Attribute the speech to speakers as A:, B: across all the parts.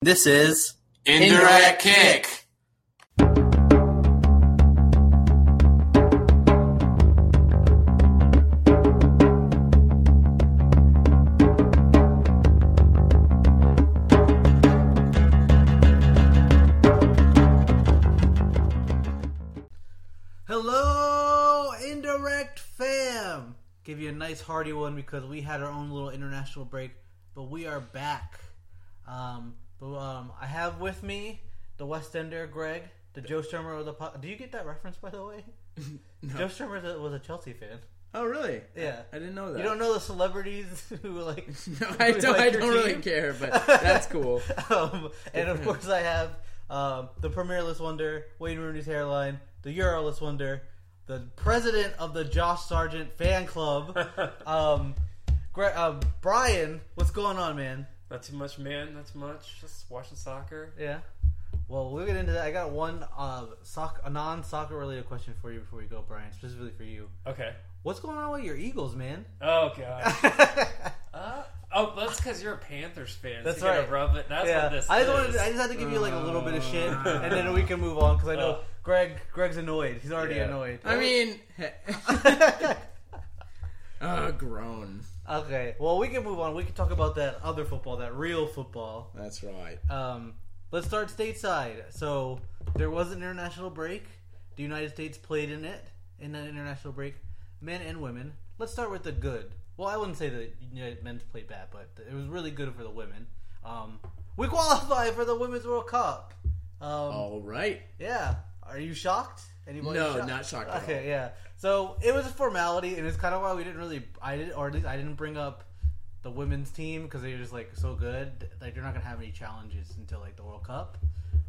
A: This is
B: Indirect kick.
A: Hello Indirect Fam. Give you a nice hearty one because we had our own little international break, but we are back. Um, but, um, I have with me the West Ender Greg, the Joe Sturmer of the po- Do you get that reference by the way? Joe Sturmer was a- was a Chelsea fan.
C: Oh, really?
A: Yeah.
C: I didn't know that.
A: You don't know the celebrities who like
C: No, I
A: who
C: don't. I
A: like your
C: don't really
A: team?
C: care, but that's cool.
A: um, and of course, I have um, the premierless wonder, Wayne Rooney's hairline, the Euroless wonder, the president of the Josh Sargent fan club, um, Gre- uh, Brian. What's going on, man?
D: Not too much, man. Not too much. Just watching soccer.
A: Yeah. Well, we'll get into that. I got one uh, soc- a non-soccer related question for you before we go, Brian, specifically for you.
D: Okay.
A: What's going on with your Eagles, man?
D: Oh god. uh, oh, that's because you're a Panthers fan.
A: That's
D: you gotta
A: right.
D: Rub it. That's
A: yeah,
D: what this
A: I
D: is.
A: just, wanted to- I just had to give you like a little bit of shit, and then we can move on because I know
D: Uh.
A: Greg. Greg's annoyed. He's already
D: Yeah.
A: annoyed.
C: I mean, uh, groan.
A: okay. Well, we can move on. We can talk about that other football, that real football.
C: That's right.
A: Um, let's start stateside. So there was an international break. The United States played in it in that international break, men and women. Let's start with the good. Well, I wouldn't say the United men's played bad, but it was really good for the women. Um, we qualify for the Women's World Cup. Um,
C: All right.
A: Yeah. Are you shocked? Anybody
C: No, not shocked at
A: okay,
C: all.
A: yeah. So it was a formality, and it's kind of why we didn't really, I did, or at least I didn't bring up the women's team because they were just like so good. Like they're not gonna have any challenges until like the World Cup.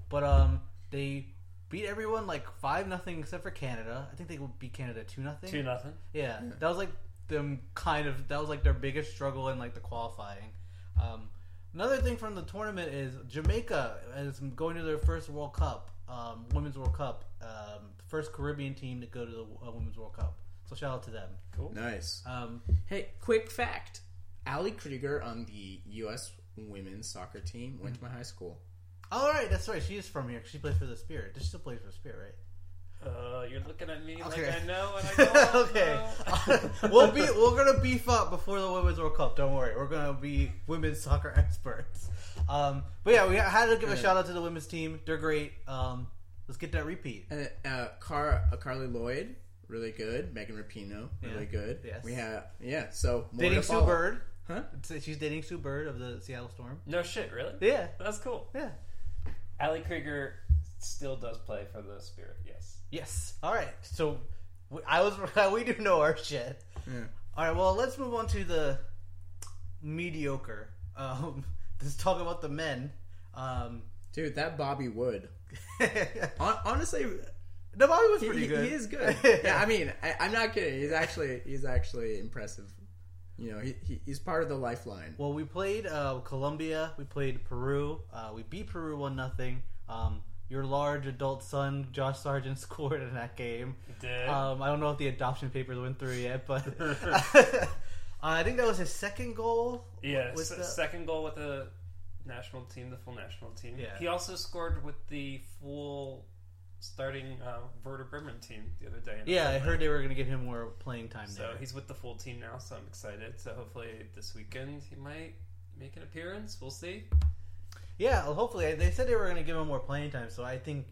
A: But um, they beat everyone like five nothing except for Canada. I think they beat Canada two nothing.
D: Two nothing.
A: Yeah, that was like them kind of that was like their biggest struggle in like the qualifying. Um, another thing from the tournament is Jamaica is going to their first World Cup, um, Women's World Cup, um, first Caribbean team to go to the uh, Women's World Cup. So shout out to them.
C: Nice.
A: Um,
C: Hey, quick fact: Ali Krieger on the U.S. women's soccer team went to my high school.
A: all right, that's right. She is from here. She plays for the Spirit. She still plays for the Spirit, right?
D: Uh, you're looking at me
A: Okay.
D: like I know, and I don't
A: okay,
D: know.
A: we'll be we're gonna beef up before the women's World Cup. Don't worry, we're gonna be women's soccer experts. Um, but yeah, we had to give a shout out to the women's team. They're great. Um, let's get that repeat.
C: Uh, uh, Car- uh, Carly Lloyd, really good. Megan Rapinoe,
A: Yeah.
C: really good.
A: Yes.
C: We have yeah. So more
A: Dating
C: to
A: Sue
C: follow.
A: Bird.
C: huh?
A: She's dating Sue Bird of the Seattle Storm.
D: No shit, really?
A: Yeah,
D: That's cool.
A: yeah.
D: Ali Krieger still does play for the Spirit. Yes.
A: Yes. All right. So we- I was we do know our shit.
C: Yeah.
A: All right. Well, let's move on to the mediocre. Um, let's talk about the men. Um,
C: Dude, that Bobby Wood.
A: the
C: Hon- honestly,
A: Bobby was
C: he,
A: pretty
C: he-
A: good.
C: he is good. yeah, I mean, I, I'm not kidding. He's actually he's actually impressive. You know, he, he he's part of the lifeline.
A: Well, we played uh, Colombia. We played Peru. Uh, we beat Peru one nothing. Um, your large adult son, Josh Sargent, scored in that game.
D: Did.
A: Um, I don't know if the adoption papers went through yet, but Uh, I think that was his second goal.
D: yeah.
A: was
D: s-
A: the-
D: Second goal with the national team, the full national team.
A: Yeah.
D: He also scored with the full starting uh, Werder Bremen team the other day. in the
A: Yeah, I
D: friendly.
A: heard they were going to give him more playing time
D: So
A: there.
D: he's with the full team now, so I'm excited. So hopefully this weekend he might make an appearance. We'll see.
A: Yeah, well, hopefully they said they were going to give him more playing time, so I think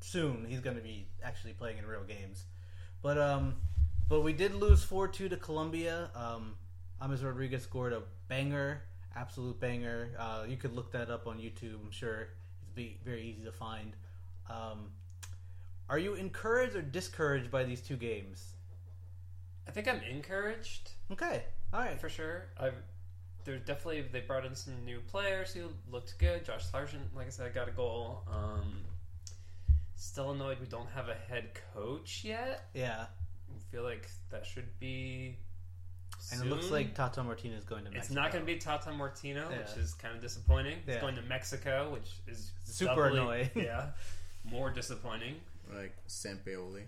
A: soon he's going to be actually playing in real games. But um, but we did lose four two to Colombia. Um, Ames Rodriguez scored a banger, absolute banger. Uh, you could look that up on YouTube. I'm sure it's be very easy to find. Um, are you encouraged or discouraged by these two games?
D: I think I'm encouraged
A: Okay, all right.
D: for sure. I've there's definitely they brought in some new players who looked good. Josh Sargent, like I said, got a goal. Um, still annoyed we don't have a head coach yet.
A: Yeah,
D: I feel like that should be.
A: and it looks
D: soon.
A: like Tata Martinez going to Mexico.
D: It's not going to be Tata Martino,
A: Yeah.
D: which is kind of disappointing. He's
A: Yeah.
D: going to Mexico, which is
A: Super
D: doubly-
A: annoying.
D: Yeah, more disappointing.
C: Like Sampioli.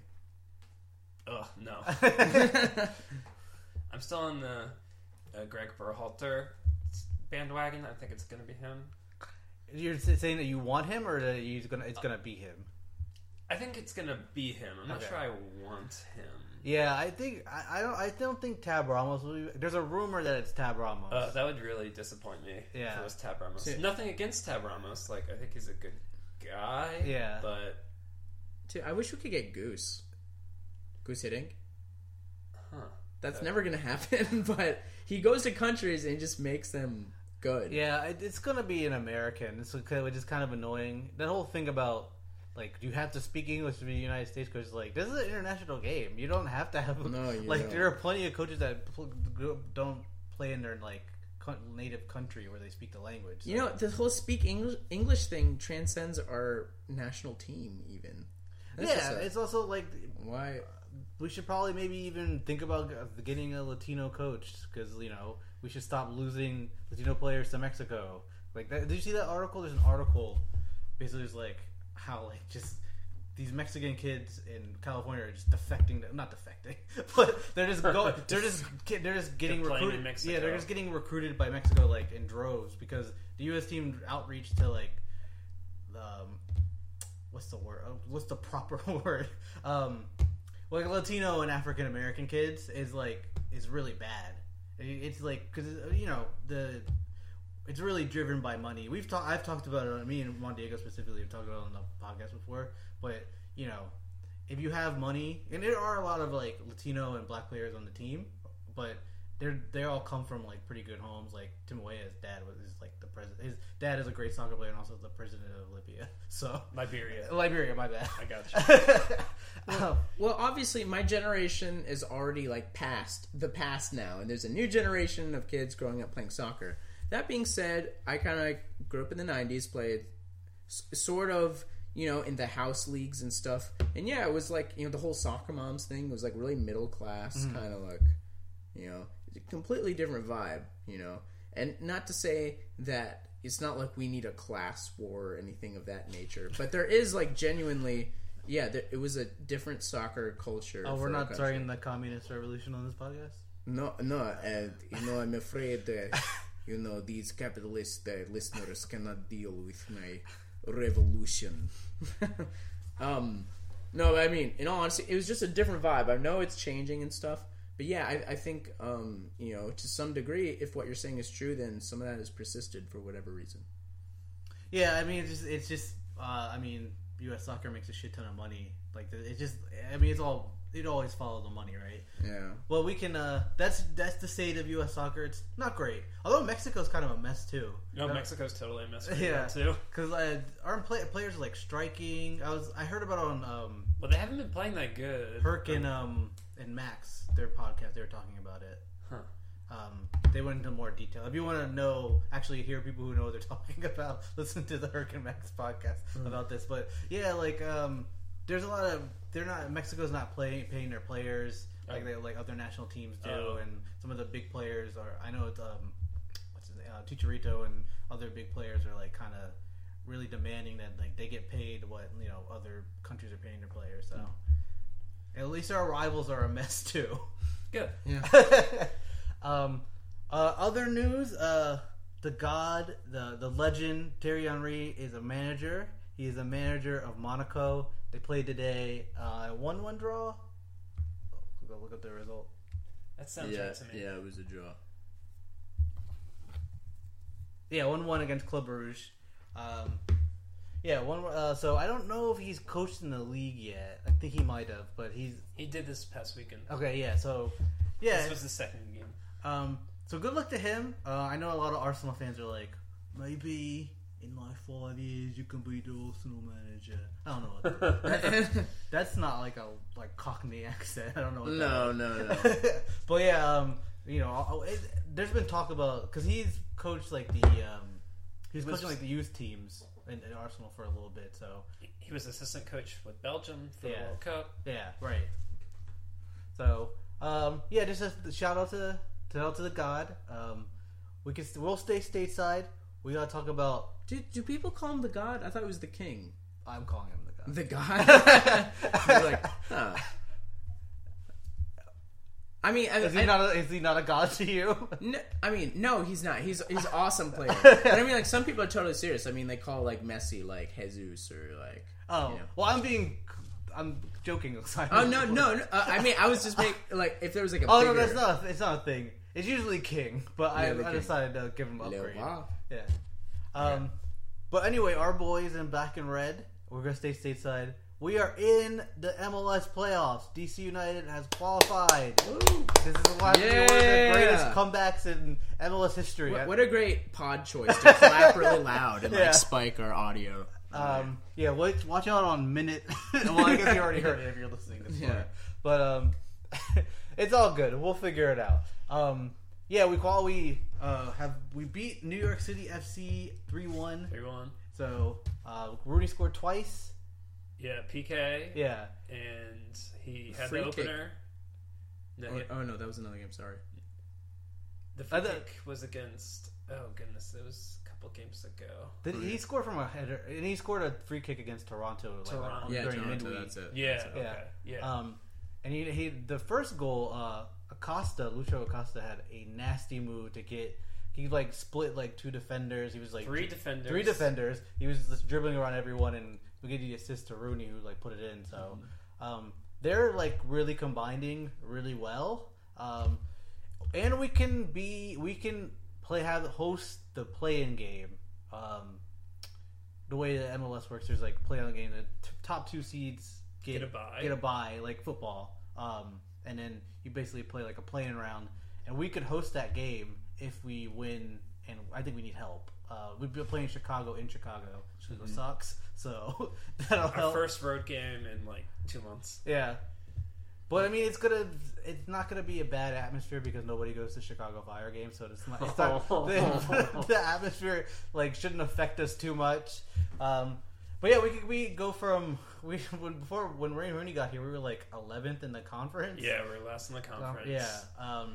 D: Ugh, no.
C: yeah,
D: I'm still on the uh, Greg Berhalter bandwagon. I think it's going to be him.
A: You're s- saying that you want him, or that he's gonna it's gonna be him.
D: I think it's gonna be him. I'm not
A: Okay.
D: sure I want him.
A: Yeah, I think I, I don't I don't think Tab Ramos. Will be, there's a rumor that it's Tab Ramos.
D: Uh, that would really disappoint me. if
A: Yeah.
D: it was Tab Ramos.
C: See-
D: Nothing against Tab Ramos. Like I think he's a good guy.
A: Yeah.
D: but
C: Dude, I wish we could get Goose. Goose hitting.
D: huh.
C: That's
D: Okay.
C: never gonna happen. But he goes to countries and just makes them good.
A: yeah, it, it's gonna be an American, so ki- which is kind of annoying. That whole thing about like you have to speak English to be in the United States coach. Like this is an international game. You don't have to have
C: No, you
A: like
C: don't.
A: there are plenty of coaches that pl- go- don't play in their like con- native country where they speak the language. so-
C: You know, this whole speak English English thing transcends our national team. Even That's
A: yeah,
C: just a-
A: it's also like
C: why
A: we should probably maybe even think about getting a Latino coach because you know we should stop losing Latino players to Mexico. Like, that, did you see that article? There's an article basically it's like how like just these Mexican kids in California are just defecting. Not defecting, but they're just going. They're just get- they're just getting
D: They're playing in
A: recruited.
D: Mexico.
A: Yeah, they're just getting recruited by Mexico like in droves because the U.S. team outreach to like um, what's the word? uh, What's the proper word? Um, like Latino and African American kids is like is really bad. It- It's like because you know the it's really driven by money. We've talked. I've talked about it. on- Me and Juan Diego specifically have talked about it on the podcast before. But you know, if you have money, and there are a lot of like Latino and Black players on the team, but they're they all come from like pretty good homes. Like Tim Weah's dad was is like the president. His dad is a great soccer player and also the president of Libya. So
D: Liberia.
A: Liberia, my bad.
D: I got
A: you.
C: Well, obviously, my generation is already like past the past now, and there's a new generation of kids growing up playing soccer. That being said, I kind of grew up in the '90s, played s- sort of, you know, in the house leagues and stuff. And yeah, it was like you know the whole soccer moms thing was like really middle class
A: Mm-hmm.
C: kind of like, you know, it's a completely different vibe, you know. And not to say that it's not like we need a class war or anything of that nature, but there is like genuinely, yeah, there, it was a different soccer culture.
A: oh,
C: for
A: we're
C: our
A: not
C: country.
A: starting the communist revolution on this podcast.
C: No, no, and you know, I'm afraid that you know these capitalist uh, listeners cannot deal with my revolution. um, no, I mean, in all honesty, it was just a different vibe. I know it's changing and stuff, but yeah, I, I think um, you know, to some degree, if what you're saying is true, then some of that has persisted for whatever reason.
A: Yeah, I mean, it's just, it's just uh, I mean, U.S. soccer makes a shit ton of money. Like, it just, I mean, it's all, it always follows the money, right?
C: Yeah,
A: Well, we can, uh, that's, that's the state of U.S. soccer. It's not great. Although Mexico's kind of a mess, too.
D: No,
A: Uh,
D: Mexico's totally messed with
A: Yeah.
D: yeah. too.
A: Cause uh, our play- players are like striking. I was, I heard about on, um,
D: But they haven't been playing that good.
A: Herc and, um, and Max, their podcast, they were talking about it.
D: Huh.
A: Um, they went into more detail. If you want to know, actually hear people who know what they're talking about, listen to the Hurricane Max podcast about this. But yeah, like um, there's a lot of they're not Mexico's not playing paying their players like
D: Oh.
A: they like other national teams do,
D: Oh.
A: and some of the big players are. I know it's um, what's his name, uh, Chicharito and other big players are like kind of really demanding that like they get paid what you know other countries are paying their players. So
D: Hmm.
A: at least our rivals are a mess too.
D: good.
A: um, uh, other news: uh, the god, the the legend Terry Henry is a manager. He is a manager of Monaco. They played today, uh, one one draw. We'll go look up the result.
D: That sounds right to me.
C: it was a draw.
A: Yeah, one one against Club Bruges. Um, yeah, one. Uh, so I don't know if he's coached in the league yet. I think he might have, but he's
D: He did this past weekend.
A: okay. Yeah, so Oh, yeah,
D: This was the second game.
A: Um, so good luck to him. Uh, I know a lot of Arsenal fans are like, maybe in my five years you can be the Arsenal manager. I don't know. What that- that's not like a like Cockney accent. I don't know. What
C: no, no,
A: That
C: no.
A: but yeah, um, you know, I'll- it, there's been talk about because he's coached like the um, he's
D: was-
A: coaching like the youth teams in, in Arsenal for a little bit. So
D: He was assistant coach with Belgium for
A: Yeah.
D: the World Cup.
A: yeah, right. So, um, yeah, just a shout out to shout out to the God. Um, we can st- we'll stay stateside. We gotta talk about.
C: Do, do people call him the god? I thought it was the king.
A: I'm calling him the God.
C: The god. You're like, huh. I mean, I,
A: Is
C: I-
A: he not? A, is he not a god to you?
C: No, I mean, no, he's not. He's he's an awesome player. but I mean, like some people are totally serious. I mean, they call like Messi like Jesus or like.
A: Oh,
C: Yeah.
A: well, I'm being, I'm joking. Simon.
C: Oh no no! no uh, I mean, I was just make like if there was like a.
A: Oh
C: bigger,
A: no, that's not. It's not a thing. It's usually king, but I,
C: Yeah, the
A: I
C: king.
A: decided to give him
C: Lil
A: upgrade.
C: Wah.
A: Yeah. Um, but anyway, our boys in black and red. We're gonna stay stateside. We are in the MLS playoffs. DC United has qualified.
C: Woo.
A: This is one of the
C: Yeah.
A: greatest comebacks in MLS history.
C: What, what a great pod choice to clap really loud and like
A: Yeah.
C: spike our audio.
A: Um, yeah, watch, watch out on minute. well, I guess you already heard it if you're listening this far.
C: Yeah.
A: But um, it's all good. We'll figure it out. Um, yeah, we qual we uh, have we beat New York City FC three one.
D: Everyone.
A: So uh, Rooney scored twice.
D: Yeah, PK.
A: Yeah,
D: And he had
C: Free
D: the
C: kick.
D: opener. No,
C: Oh,
D: he-
C: oh no, that was another game. Sorry.
D: the free
A: I thought-
D: kick was against. Oh goodness, it was a couple games ago.
A: Did, he scored from a header, and he scored a free kick against Toronto. Like,
D: Toronto.
A: on-
D: Yeah,
C: Yeah,
A: Oh, during
C: Toronto.
A: midweek.
C: That's it.
D: Yeah.
C: That's it.
D: Okay.
A: Yeah.
D: Yeah.
A: Um, and he, he the first goal, uh, Acosta, Lucio Acosta had a nasty move to get. He like split like two defenders. He was like
D: three defenders.
A: three defenders. He was just dribbling around everyone and we get the assist to Rooney who like put it in. So um, they're like really combining really well. Um, and we can be we can play have host the play in game. Um, the way the MLS works, there's like play on game. The t- top two seeds get,
D: Get a bye.
A: get a bye, like football. Um, and then you basically play like a playing round, and we could host that game if we win. And I think we need help. Uh, we've been playing Chicago in Chicago. Chicago sucks, so that'll
D: Our
A: help.
D: first road game in like two months.
A: Yeah. But I mean, it's gonna, it's not gonna be a bad atmosphere because nobody goes to Chicago Fire games, so it's not, it's not the, the atmosphere like shouldn't affect us too much. Um, but yeah, we could, we go from we when before when Ray Rooney got here, we were like 11th in the conference.
D: Yeah, we're last in the
A: Um,
D: conference.
A: yeah, um,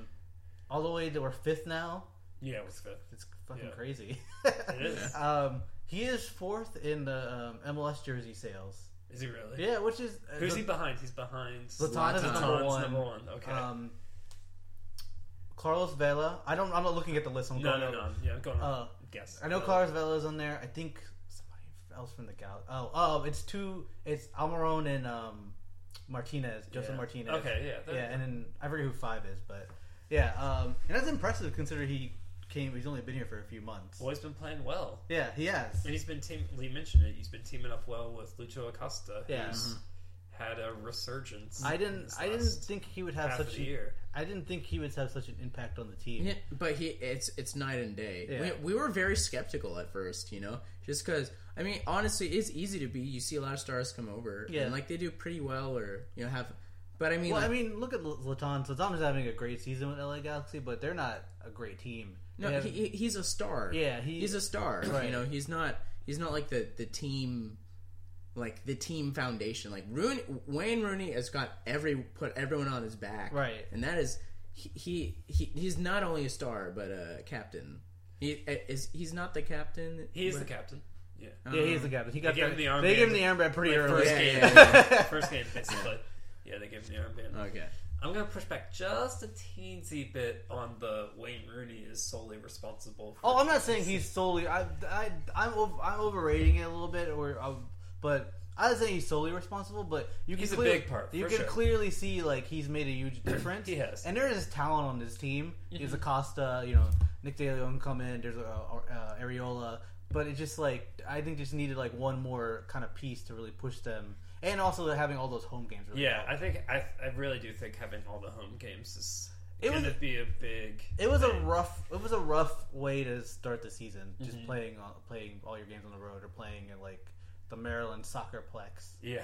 A: all the way to we're fifth now.
D: Yeah, it was fifth.
A: It's fucking
D: Yeah.
A: crazy.
D: It is.
A: Um, he is fourth in the um, MLS jersey sales.
D: Is he really?
A: Yeah, which is
D: Who's
A: the-
D: he behind? He's behind.
A: Zlatan is
D: Zlatan's
A: number one.
D: number one. Okay.
A: Um, Carlos Vela. I don't. I'm not looking at the list. I'm
D: no,
A: going
D: no,
A: over.
D: no. Yeah, go on.
A: Uh,
D: Guess.
A: I know
D: Uh,
A: Carlos Vela's on there. I think somebody else from the gal. Oh, oh, it's two. It's Almiron and um, Martinez. Joseph
D: yeah.
A: Martinez.
D: Okay, yeah.
A: Yeah, and then I forget who five is, but yeah, um, and that's impressive considering he came. He's only been here for a few months.
D: Boy's been playing well.
A: Yeah, he has.
D: And he's been team. Lee mentioned it. He's been teaming up well with Lucho Acosta.
A: Yeah.
D: Who's had a resurgence.
A: I
D: in
A: didn't.
D: this
A: I didn't
D: last
A: think he would have
D: half of
A: such.
D: the
A: A,
D: year.
A: I didn't think he would have such an impact on the team.
C: Yeah, but he it's it's night and day.
A: Yeah.
C: We, we were very skeptical at first, you know, just because I mean, honestly, it's easy to be. You see a lot of stars come over,
A: Yeah.
C: and like they do pretty well, or you know have. But I mean,
A: Well,
C: like,
A: I mean, look at L- Laton. Laton is having a great season with LA Galaxy, but they're not a great team.
C: no,
A: They have-
C: he, he- he's a star.
A: yeah, he,
C: he's a star.
A: Right.
C: You know, he's not he's not like the the team. Like the team foundation, like Rooney, Wayne Rooney has got every put everyone on his back,
A: Right.
C: And that is he, he, he he's not only a star but a captain. He is he's not the captain.
D: He is
C: but-
D: the captain. Yeah.
A: yeah, he's
C: Um,
A: the captain. He got
D: They gave
A: the,
D: him the armband.
A: they gave him the armband pretty
D: Like,
A: early.
D: first
C: Yeah,
D: game.
C: yeah,
D: First game, basically. Yeah, they gave him the armband.
C: Okay.
D: I'm gonna push back just a teensy bit on the Wayne Rooney is solely responsible. for
A: oh, I'm not saying he's solely. I, I, I'm, ov- I'm overrating it a little bit, or, uh, but I would say he's solely responsible. But you can
D: He's a
A: clear-
D: big part,
A: You
D: for
A: can
D: sure.
A: clearly see like he's made a huge difference.
D: He has. Mm-hmm.
A: and there is talent on this team. There's Acosta, you know, Nick De Leon come in. There's uh, uh, Areola, but it just like I think just needed like one more kind of piece to really push them, and also they're having all those home games. Really
D: Yeah, I think I, I really do think having all the home games is
A: It was-
D: gonna be a big.
A: It was a
D: thing.
A: rough. It was a rough way to start the season. Just
D: Mm-hmm.
A: playing on playing all your games on the road or playing at like the Maryland Soccerplex.
D: Yeah,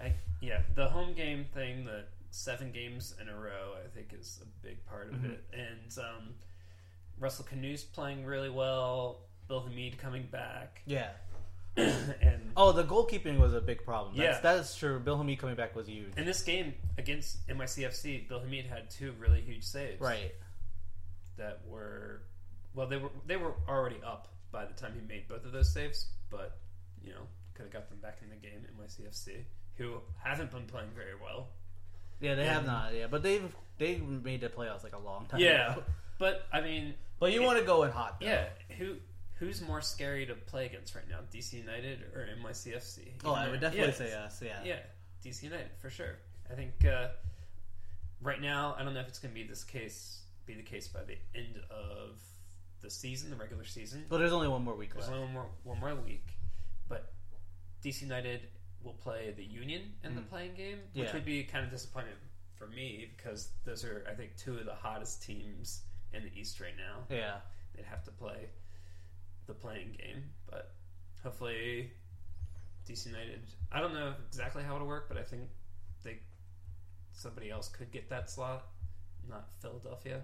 D: I yeah the home game thing, the seven games in a row, I think is a big part of
A: Mm-hmm.
D: it. And um, Russell Canoe's playing really well. Bill Hamid coming back,
A: Yeah.
D: and
A: Oh, the goalkeeping was a big problem. That's,
D: Yeah.
A: that is true. Bill Hamid coming back was huge.
D: in this game against NYCFC, Bill Hamid had two really huge saves.
A: Right.
D: that were well they were they were already up by the time he made both of those saves but you know could have got them back in the game NYCFC who haven't been playing very well
A: Yeah, they have not. Yeah, but they've they made the playoffs like a long time.
D: Yeah,
A: ago.
D: but I mean,
A: but you want to go in hot. Though.
D: yeah, who who's more scary to play against right now, DC United or NYCFC?
A: Oh, I would definitely
D: Yeah,
A: say us. Yeah.
D: Yeah, DC United for sure. I think uh, right now, I don't know if it's going to be this case be the case by the end of the season, the regular season.
A: But there's only one more week
D: There's
A: left.
D: only one more one more week, but DC United will play the Union in the playing game, which
A: Mm. Yeah.
D: would be kind of disappointing for me because those are I think two of the hottest teams in the East right now.
A: Yeah.
D: They'd have to play the playing game, but hopefully DC United. I don't know exactly how it'll work, but I think they somebody else could get that slot, not Philadelphia.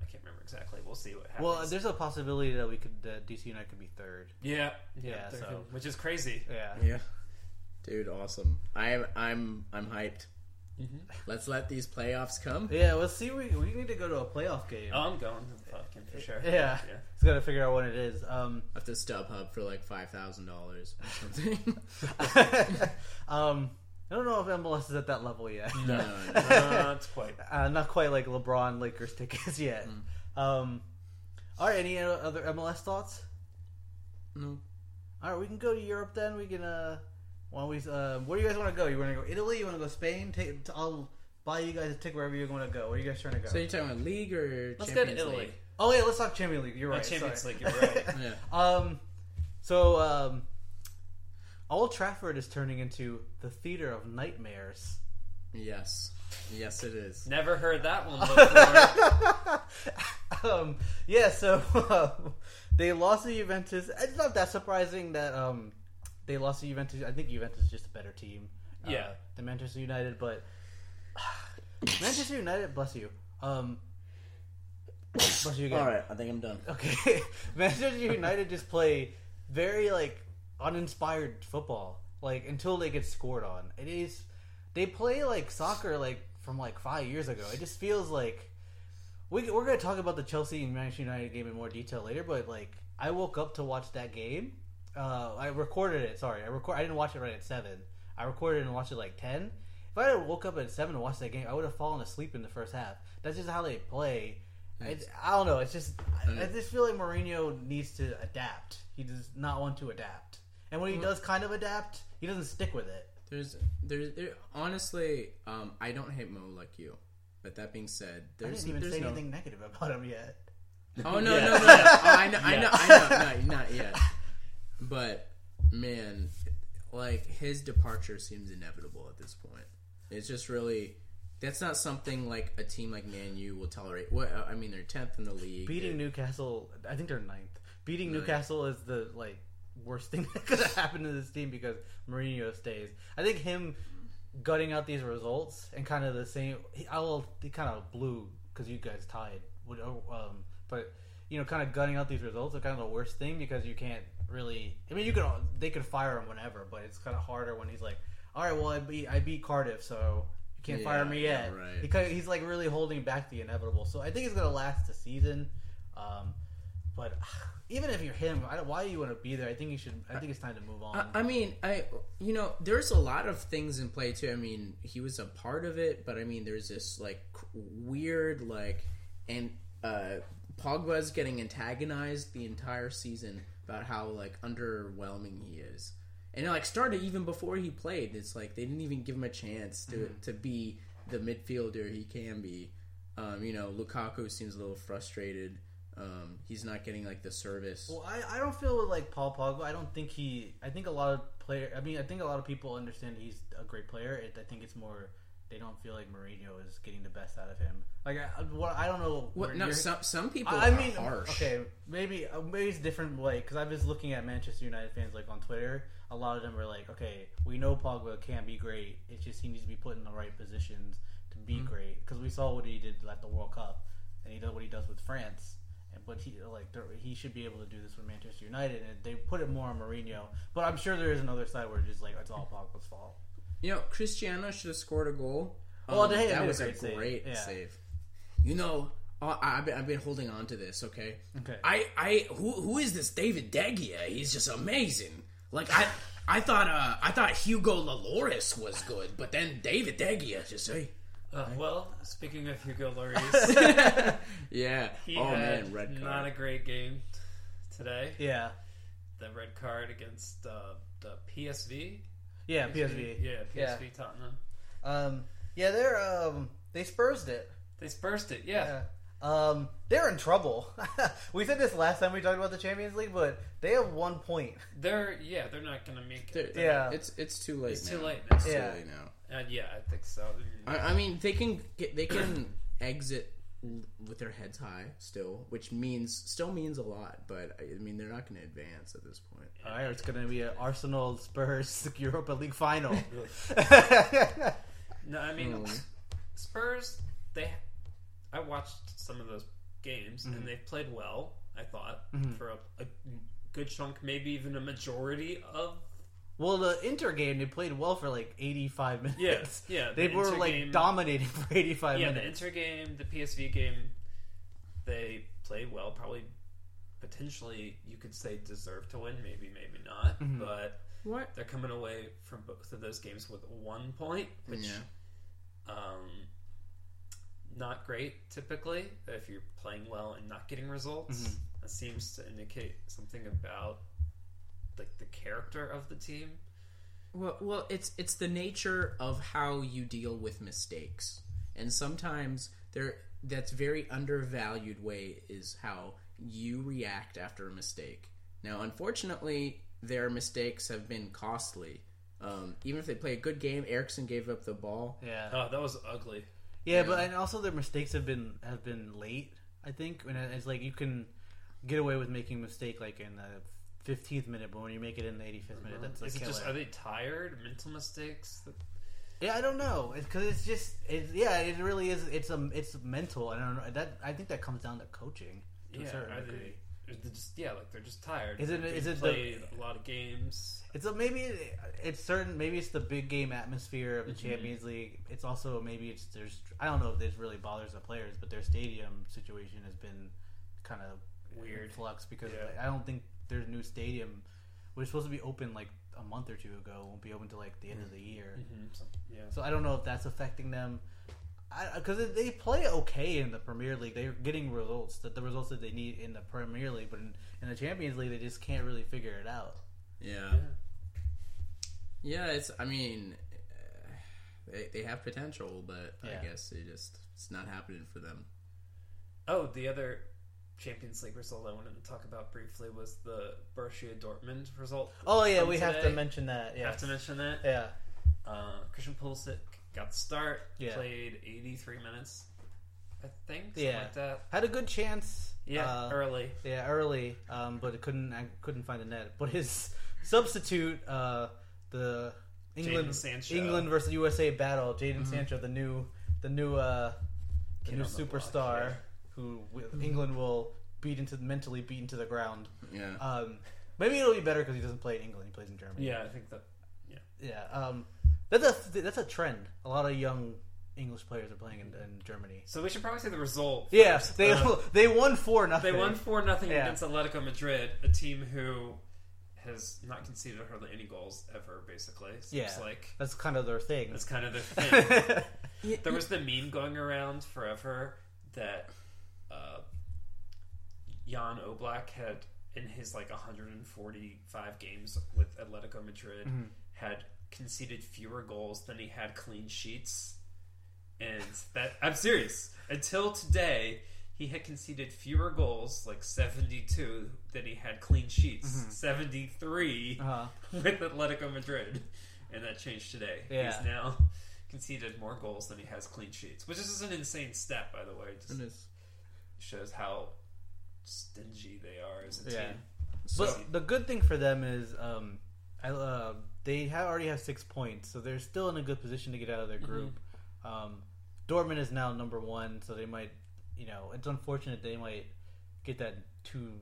D: I can't remember exactly. We'll see what happens.
A: Well, there's a possibility that we could that DC United could be third.
D: Yeah, yeah,
A: Yeah,
D: they're
A: so-
D: good, which is crazy.
A: Yeah.
C: Yeah. Dude, awesome. I'm I'm I'm hyped. Let's let these playoffs come.
A: Yeah. Let's see. We we need to go to a playoff game.
D: Oh, I'm going to the fucking for sure.
A: Yeah.
D: yeah.
A: It's gotta figure out what it is. Um.
C: Up to StubHub for like five thousand dollars or something.
A: um. I don't know if MLS is at that level yet.
C: no, no, no.
D: Not quite.
A: uh, not quite like LeBron Lakers tickets yet. Um, all right, any other MLS thoughts?
C: No.
A: All right, we can go to Europe then. We can. Uh, while we, uh, where do you guys want to go? You want to go Italy? You want to go Spain? Take, t- I'll buy you guys a ticket wherever you want to go. Where are you guys trying to go?
C: So you're talking about league or
D: Let's go to
C: Champions
D: Italy.
C: League?
A: oh yeah, let's talk Champions League. You're
D: Oh,
A: right.
D: Champions
A: sorry.
D: League, you're right.
C: Yeah.
A: um, so um, Old Trafford is turning into the theater of nightmares.
C: Yes. Yes it is.
D: Never heard that one before.
A: um, yeah, so um, they lost to Juventus. It's not that surprising that um, they lost to Juventus. I think Juventus is just a better team.
D: Yeah.
A: uh, than Manchester United, but Manchester United, bless you. Um, bless you again.
C: Alright, I think I'm done.
A: Okay, Manchester United just play very like uninspired football. Like until they get scored on, it is they play like soccer like from like five years ago. It just feels like we, we're going to talk about the Chelsea and Manchester United game in more detail later. But like I woke up to watch that game. Uh, I recorded it. Sorry, I record. I didn't watch it right at seven. I recorded and watched it like ten. If I had woke up at seven to watch that game, I would have fallen asleep in the first half. That's just how they play. It's, I don't know. It's just I, I just feel like Mourinho needs to adapt. He does not want to adapt, and when he does kind of adapt, he doesn't stick with it.
C: There's there's there honestly, um, I don't hate Mo like you. But that being said,
A: I
C: there's
A: didn't even
C: there's
A: say
C: no
A: anything negative about him yet.
C: Oh no, no, no, no. Oh, I know, I know, I know. No, not yet. But man, like his departure seems inevitable at this point. It's just really that's not something like a team like Man U will tolerate. What I mean, they're tenth in the league.
A: Beating Newcastle, I think they're ninth. Beating Newcastle is the like worst thing that could have happened to this team because Mourinho stays. I think him gutting out these results and kind of the same. He, I will. He kind of blew because you guys tied. Would, Um, but you know, kind of gutting out these results are kind of the worst thing because you can't really. I mean, you could. They could fire him whenever, but it's kind of harder when he's like, "All right, well, I beat I beat Cardiff, so." you Can't fire
C: Yeah,
A: me
C: yeah,
A: yet.
C: right.
A: He kind of- he's like really holding back the inevitable. So I think he's gonna last the season. Um, but even if you're him, I don't, why do you want to be there? I think you should. I think it's time to move on.
C: I, I mean, I you know, there's a lot of things in play too. I mean, he was a part of it, but I mean, there's this like c- weird like and uh Pogba's getting antagonized the entire season about how like underwhelming he is. And it like started even before he played. It's like they didn't even give him a chance to
A: Mm-hmm.
C: to be the midfielder he can be. Um, you know, Lukaku seems a little frustrated. Um, he's not getting like the service.
A: well, I, I don't feel like Paul Pogba. I don't think he. I think a lot of player. I mean, I think a lot of people understand he's a great player. It, I think it's more they don't feel like Mourinho is getting the best out of him. Like I, what I don't know.
C: What,
A: where
C: no,
A: you're-
C: some some people
A: I, I
C: are
A: mean,
C: harsh.
A: okay, maybe uh, maybe it's different way because I was looking at Manchester United fans like on Twitter. A lot of them were like, "Okay, we know Pogba can be great. It's just he needs to be put in the right positions to be great." Because we saw what he did at the World Cup, and he does what he does with France. And but he like there- he should be able to do this with Manchester United, and they put it more on Mourinho. But I'm sure there is another side where it's just like it's all Pogba's fault.
C: You know, Cristiano should have scored a goal.
A: Well,
C: Um,
A: they had
C: that
A: a
C: was a
A: great save.
C: great
A: Yeah.
C: save. You know, uh, I- I've been, I've been holding on to this. Okay,
A: Okay.
C: I, I, who, who is this David Degia? He's just amazing. Like I, I thought, uh, I thought Hugo Lloris was good, but then David Degia just hey,
D: Uh, well, speaking of Hugo Lloris,
C: yeah.
D: he
C: oh
D: had
C: man, red
D: not a
C: card.
D: great game today.
A: Yeah,
D: The red card against uh, the PSV.
A: yeah, PSV.
D: Yeah, PSV
A: Yeah.
D: Tottenham.
A: Um, yeah, they're um, they Spursed it.
D: They spursed it. Yeah.
A: Yeah. Um, they're in trouble. we said this last time we talked about the Champions League, but they have one point.
D: they're yeah they're not gonna make
C: They're-
D: it.
C: they're-
A: Yeah.
C: It's it's too late.
D: It's
C: now.
D: too late.
C: It's too
A: Yeah.
C: late now.
D: Uh, yeah, I think so.
C: I, I mean, they can get, they can exit with their heads high still, which means still means a lot. But I I mean, they're not going to advance at this point.
A: All right, it's going to be an Arsenal Spurs Europa League final.
D: No, I mean
A: Hmm.
C: Mm.
D: Spurs. They, I watched some of those games
A: Mm-hmm.
D: and they played well. I thought for a, a good chunk, maybe even a majority of.
A: well, the Inter game they played well for like 85 minutes.
D: Yeah, yeah,
A: They
D: the
A: were
D: Inter
A: like
D: game-
A: dominating for 85
D: Yeah, the
A: minutes.
D: Inter game, the PSV game, they played well. Probably, potentially, you could say deserve to win. Maybe, maybe not.
A: Mm-hmm.
D: But
C: What?
D: they're coming away from both of those games with one point, which
C: Yeah.
D: um, not great typically. But if you're playing well and not getting results,
A: Mm-hmm.
D: that seems to indicate something about like the character of the team.
C: Well, well, it's it's the nature of how you deal with mistakes, and sometimes there that's very undervalued way is how you react after a mistake. Now, unfortunately, their mistakes have been costly. Um, even if they play a good game, Erickson gave up the ball.
A: Yeah.
D: Oh, that was ugly.
A: Yeah, but and also their mistakes have been have been late. I think and it's like you can get away with making a mistake like in the fifteenth minute, but when you make it in the eighty fifth minute, that's
D: Is
A: a
D: it
A: killer.
D: just are they tired? Mental mistakes?
A: yeah, I don't know. It's because it's just it's, yeah, it really is. It's um it's mental. I don't know that. I think that comes down to coaching to a
D: Yeah,
A: certain
D: are
A: degree.
D: they? are they just yeah, like they're just tired.
A: Is it-
D: They
A: is it the-
D: played a lot of games?
A: It's a, maybe it- it's certain. Maybe it's the big game atmosphere of the
D: Mm-hmm.
A: Champions League. It's also maybe it's there's I don't know if this really bothers the players, but their stadium situation has been kind of
D: Weird.
A: in flux because
D: Yeah.
A: like, I don't think their new stadium, which was supposed to be open like a month or two ago, won't be open till like the end of the year.
D: Mhm, so- yeah,
A: So I don't know if that's affecting them. Because they play okay in the Premier League, they're getting results that the results that they need in the Premier League, but in, in the Champions League, they just can't really figure it out.
C: Yeah.
D: yeah.
C: Yeah, it's. I mean, uh, they they have potential, but
A: Yeah.
C: I guess they just it's not happening for them.
D: Oh, the other Champions League result I wanted to talk about briefly was the Borussia Dortmund result.
A: Oh yeah,
D: from
A: we have to
D: today.
A: mention that. Yeah,
D: Have to mention that.
A: yeah,
D: Uh, Christian Pulisic got the start.
A: Yeah.
D: Played 83 minutes, I think. Something
A: Yeah.
D: like that.
A: had a good chance.
D: Yeah,
A: uh,
D: early.
A: yeah, early, um, but it couldn't. I couldn't find the net. But his substitute, uh, the England,
D: Jadon Sancho.
A: England versus USA battle. Jaden
D: Mhm.
A: Sancho, the new, the new, uh, the
D: Kid
A: new
D: on the block,
A: superstar,
D: yeah.
A: who wi- England will beat into mentally beat into the ground.
C: Yeah.
A: Um, maybe it'll be better because he doesn't play in England. He plays in Germany.
D: Yeah, I think that.
A: yeah. Um, that's a that's a trend. A lot of young English players are playing in, in Germany.
D: So we should probably say the result.
A: Yeah,
D: first.
A: they
D: Uh,
A: they won four nothing.
D: they won four nothing
A: Yeah.
D: against Atletico Madrid, a team who has not conceded hardly any goals ever, basically. So
A: Yeah,
D: It's like
A: that's kind of their thing.
D: that's kind of their thing.
C: Yeah,
D: there was the meme going around forever that uh, Jan Oblak had in his like 145 games with Atletico Madrid had conceded fewer goals than he had clean sheets, and that I'm serious. Until today, he had conceded fewer goals, like 72, than he had clean sheets, 73
A: uh
D: with Atletico Madrid, and that changed today.
A: Yeah.
D: He's now conceded more goals than he has clean sheets, which is an insane stat, by the way. It just
C: Goodness.
D: shows how stingy they are as a
A: Yeah.
D: team. So-
A: But the good thing for them is um, I, uh, they have, already have six points, so they're still in a good position to get out of their group. Um, Dortmund is now number one, so they might, you know, it's unfortunate they might get that two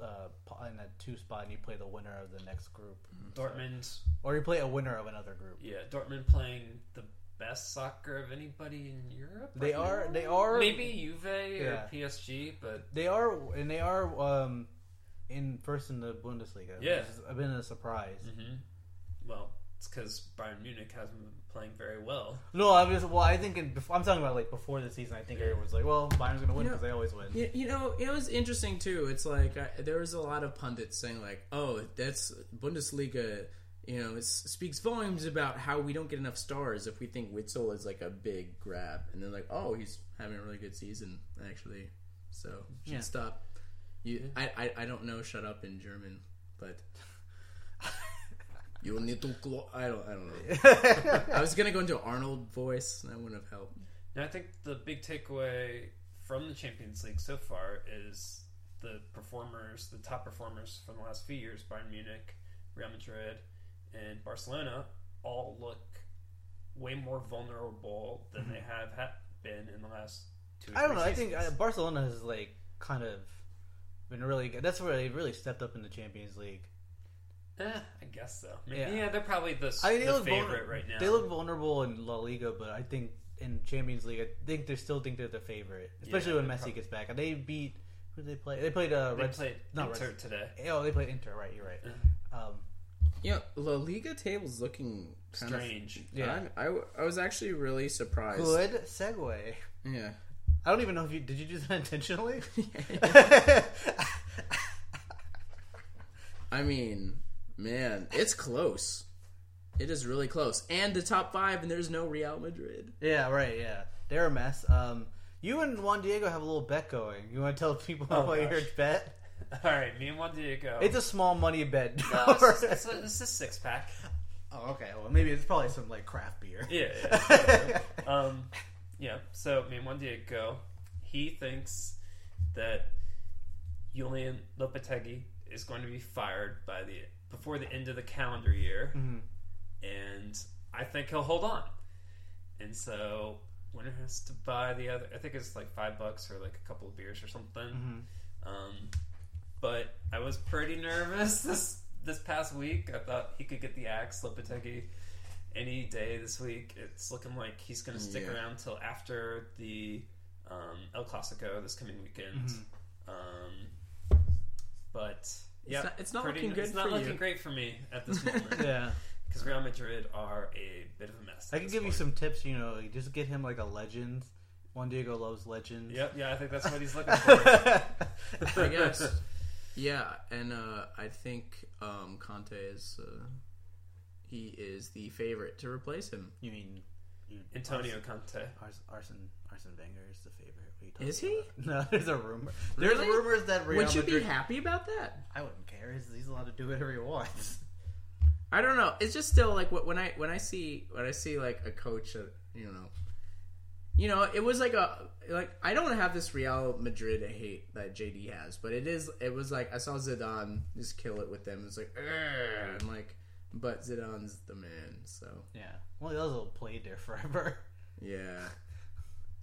A: uh, po- in that two spot, and you play the winner of the next group,
D: Mm-hmm. Dortmund,
A: or you play a winner of another group.
D: yeah, Dortmund playing the best soccer of anybody in Europe.
A: They
D: right
A: are-
D: now?
A: they are-
D: maybe Juve
A: Yeah.
D: or PSG, but
A: They are, and they are um, in first in the Bundesliga.
D: Yeah. Mm-hmm.
A: which has been a surprise.
D: mhm. well, it's because Bayern Munich hasn't been playing very well.
A: No, I was well. I think in, before, I'm talking about like before the season. I think everyone was like, "Well, Bayern's gonna win
C: You know-
A: because they always win."
C: You, you know, it was interesting too. It's like I, there was a lot of pundits saying like, "Oh, that's Bundesliga." You know, it s- speaks volumes about how we don't get enough stars if we think Witzel is like a big grab, and then like, "Oh, he's having a really good season actually." So should
A: Yeah.
C: stop. You, I, I, I don't know. Shut up in German, but. You need to. Glo- I don't. I don't know. I was gonna go into Arnold voice. and That wouldn't have helped.
D: Now, I think the big takeaway from the Champions League so far is the performers, the top performers from the last few years, Bayern Munich, Real Madrid, and Barcelona, all look way more vulnerable than they have ha- been in the last two. or
A: Mm-hmm. I don't
D: three
A: know. I
D: seasons.
A: think uh, Barcelona has like kind of been really good. That's where they really stepped up in the Champions League.
D: Eh, I guess so. I mean,
A: Yeah.
D: yeah. they're probably the, s-
A: I mean, they
D: the
A: look vulner-
D: favorite right now.
A: They look vulnerable in La Liga, but I think in Champions League, I think they still think they're the favorite, especially
D: Yeah,
A: when
D: they're
A: Messi
D: prob-
A: gets back. And they beat who did they play? They played uh,
D: They
A: Red.
D: played
A: not
D: Inter
A: Red-
D: today.
A: oh, they played Inter. Right, you're right. Um,
C: Yeah, La Liga table's looking kind of-
D: Strange.
A: Yeah.
C: I'm- I, w- I was actually really surprised.
A: good segue.
C: Yeah.
A: I don't even know if you did you do that intentionally.
C: I mean, man, it's close. It is really close. And the top five, and there's no Real Madrid.
A: yeah, right. Yeah, they're a mess. Um, you and Juan Diego have a little bet going. You want to tell people about your
D: gosh.
A: bet?
D: All right, me and Juan Diego.
A: It's a small money bet.
D: No, it's just- it's a, it's a six pack.
A: oh, okay. Well, maybe it's probably some like craft beer.
D: Yeah. yeah, yeah. um, yeah. So, I mean, one day ago, he thinks that Julian Lopetegui is going to be fired by the before the end of the calendar year,
A: Mm-hmm,
D: and I think he'll hold on. And so, winner has to buy the other. I think it's like five bucks for like a couple of beers or something.
A: mm-hmm.
D: Um, but I was pretty nervous this this past week. I thought he could get the axe, Lopetegui, any day this week. It's looking like he's going to stick
C: Yeah.
D: around till after the um, El Clasico this coming weekend. Um, but yeah,
C: not- Mm-hmm. it's not looking
D: it's
C: good
D: not
C: for
D: looking
C: you.
D: great for me at this moment
A: yeah.
D: because Real Madrid are a bit of a mess.
A: I
D: at
A: could
D: this
A: give you
D: point.
A: some tips. You know, you just get him like a legend. Juan Diego loves legends.
D: Yep, yeah, I think that's what he's looking for.
C: I guess. yeah, and uh, I think um, Conte is. Uh, he is the favorite to replace him.
A: you mean you,
D: Antonio Conte.
A: Ars, Arsene Arsene Wenger is the favorite? What are you talking
C: Is he?
A: about? No, there's a rumor. There's
C: Really?
A: rumors that Real
C: Would you
A: Madrid.
C: be happy about that?
A: I wouldn't care. He's, he's allowed to do whatever he wants.
C: I don't know. It's just still like wh- when I when I see when I see like a coach, uh, you know, you know, it was like a like I don't have this Real Madrid hate that JD has, but it is it was like I saw Zidane just kill it with them. It's like "Ugh," I'm like, but Zidane's the man, so
A: Yeah. Well, he also played there forever.
C: yeah,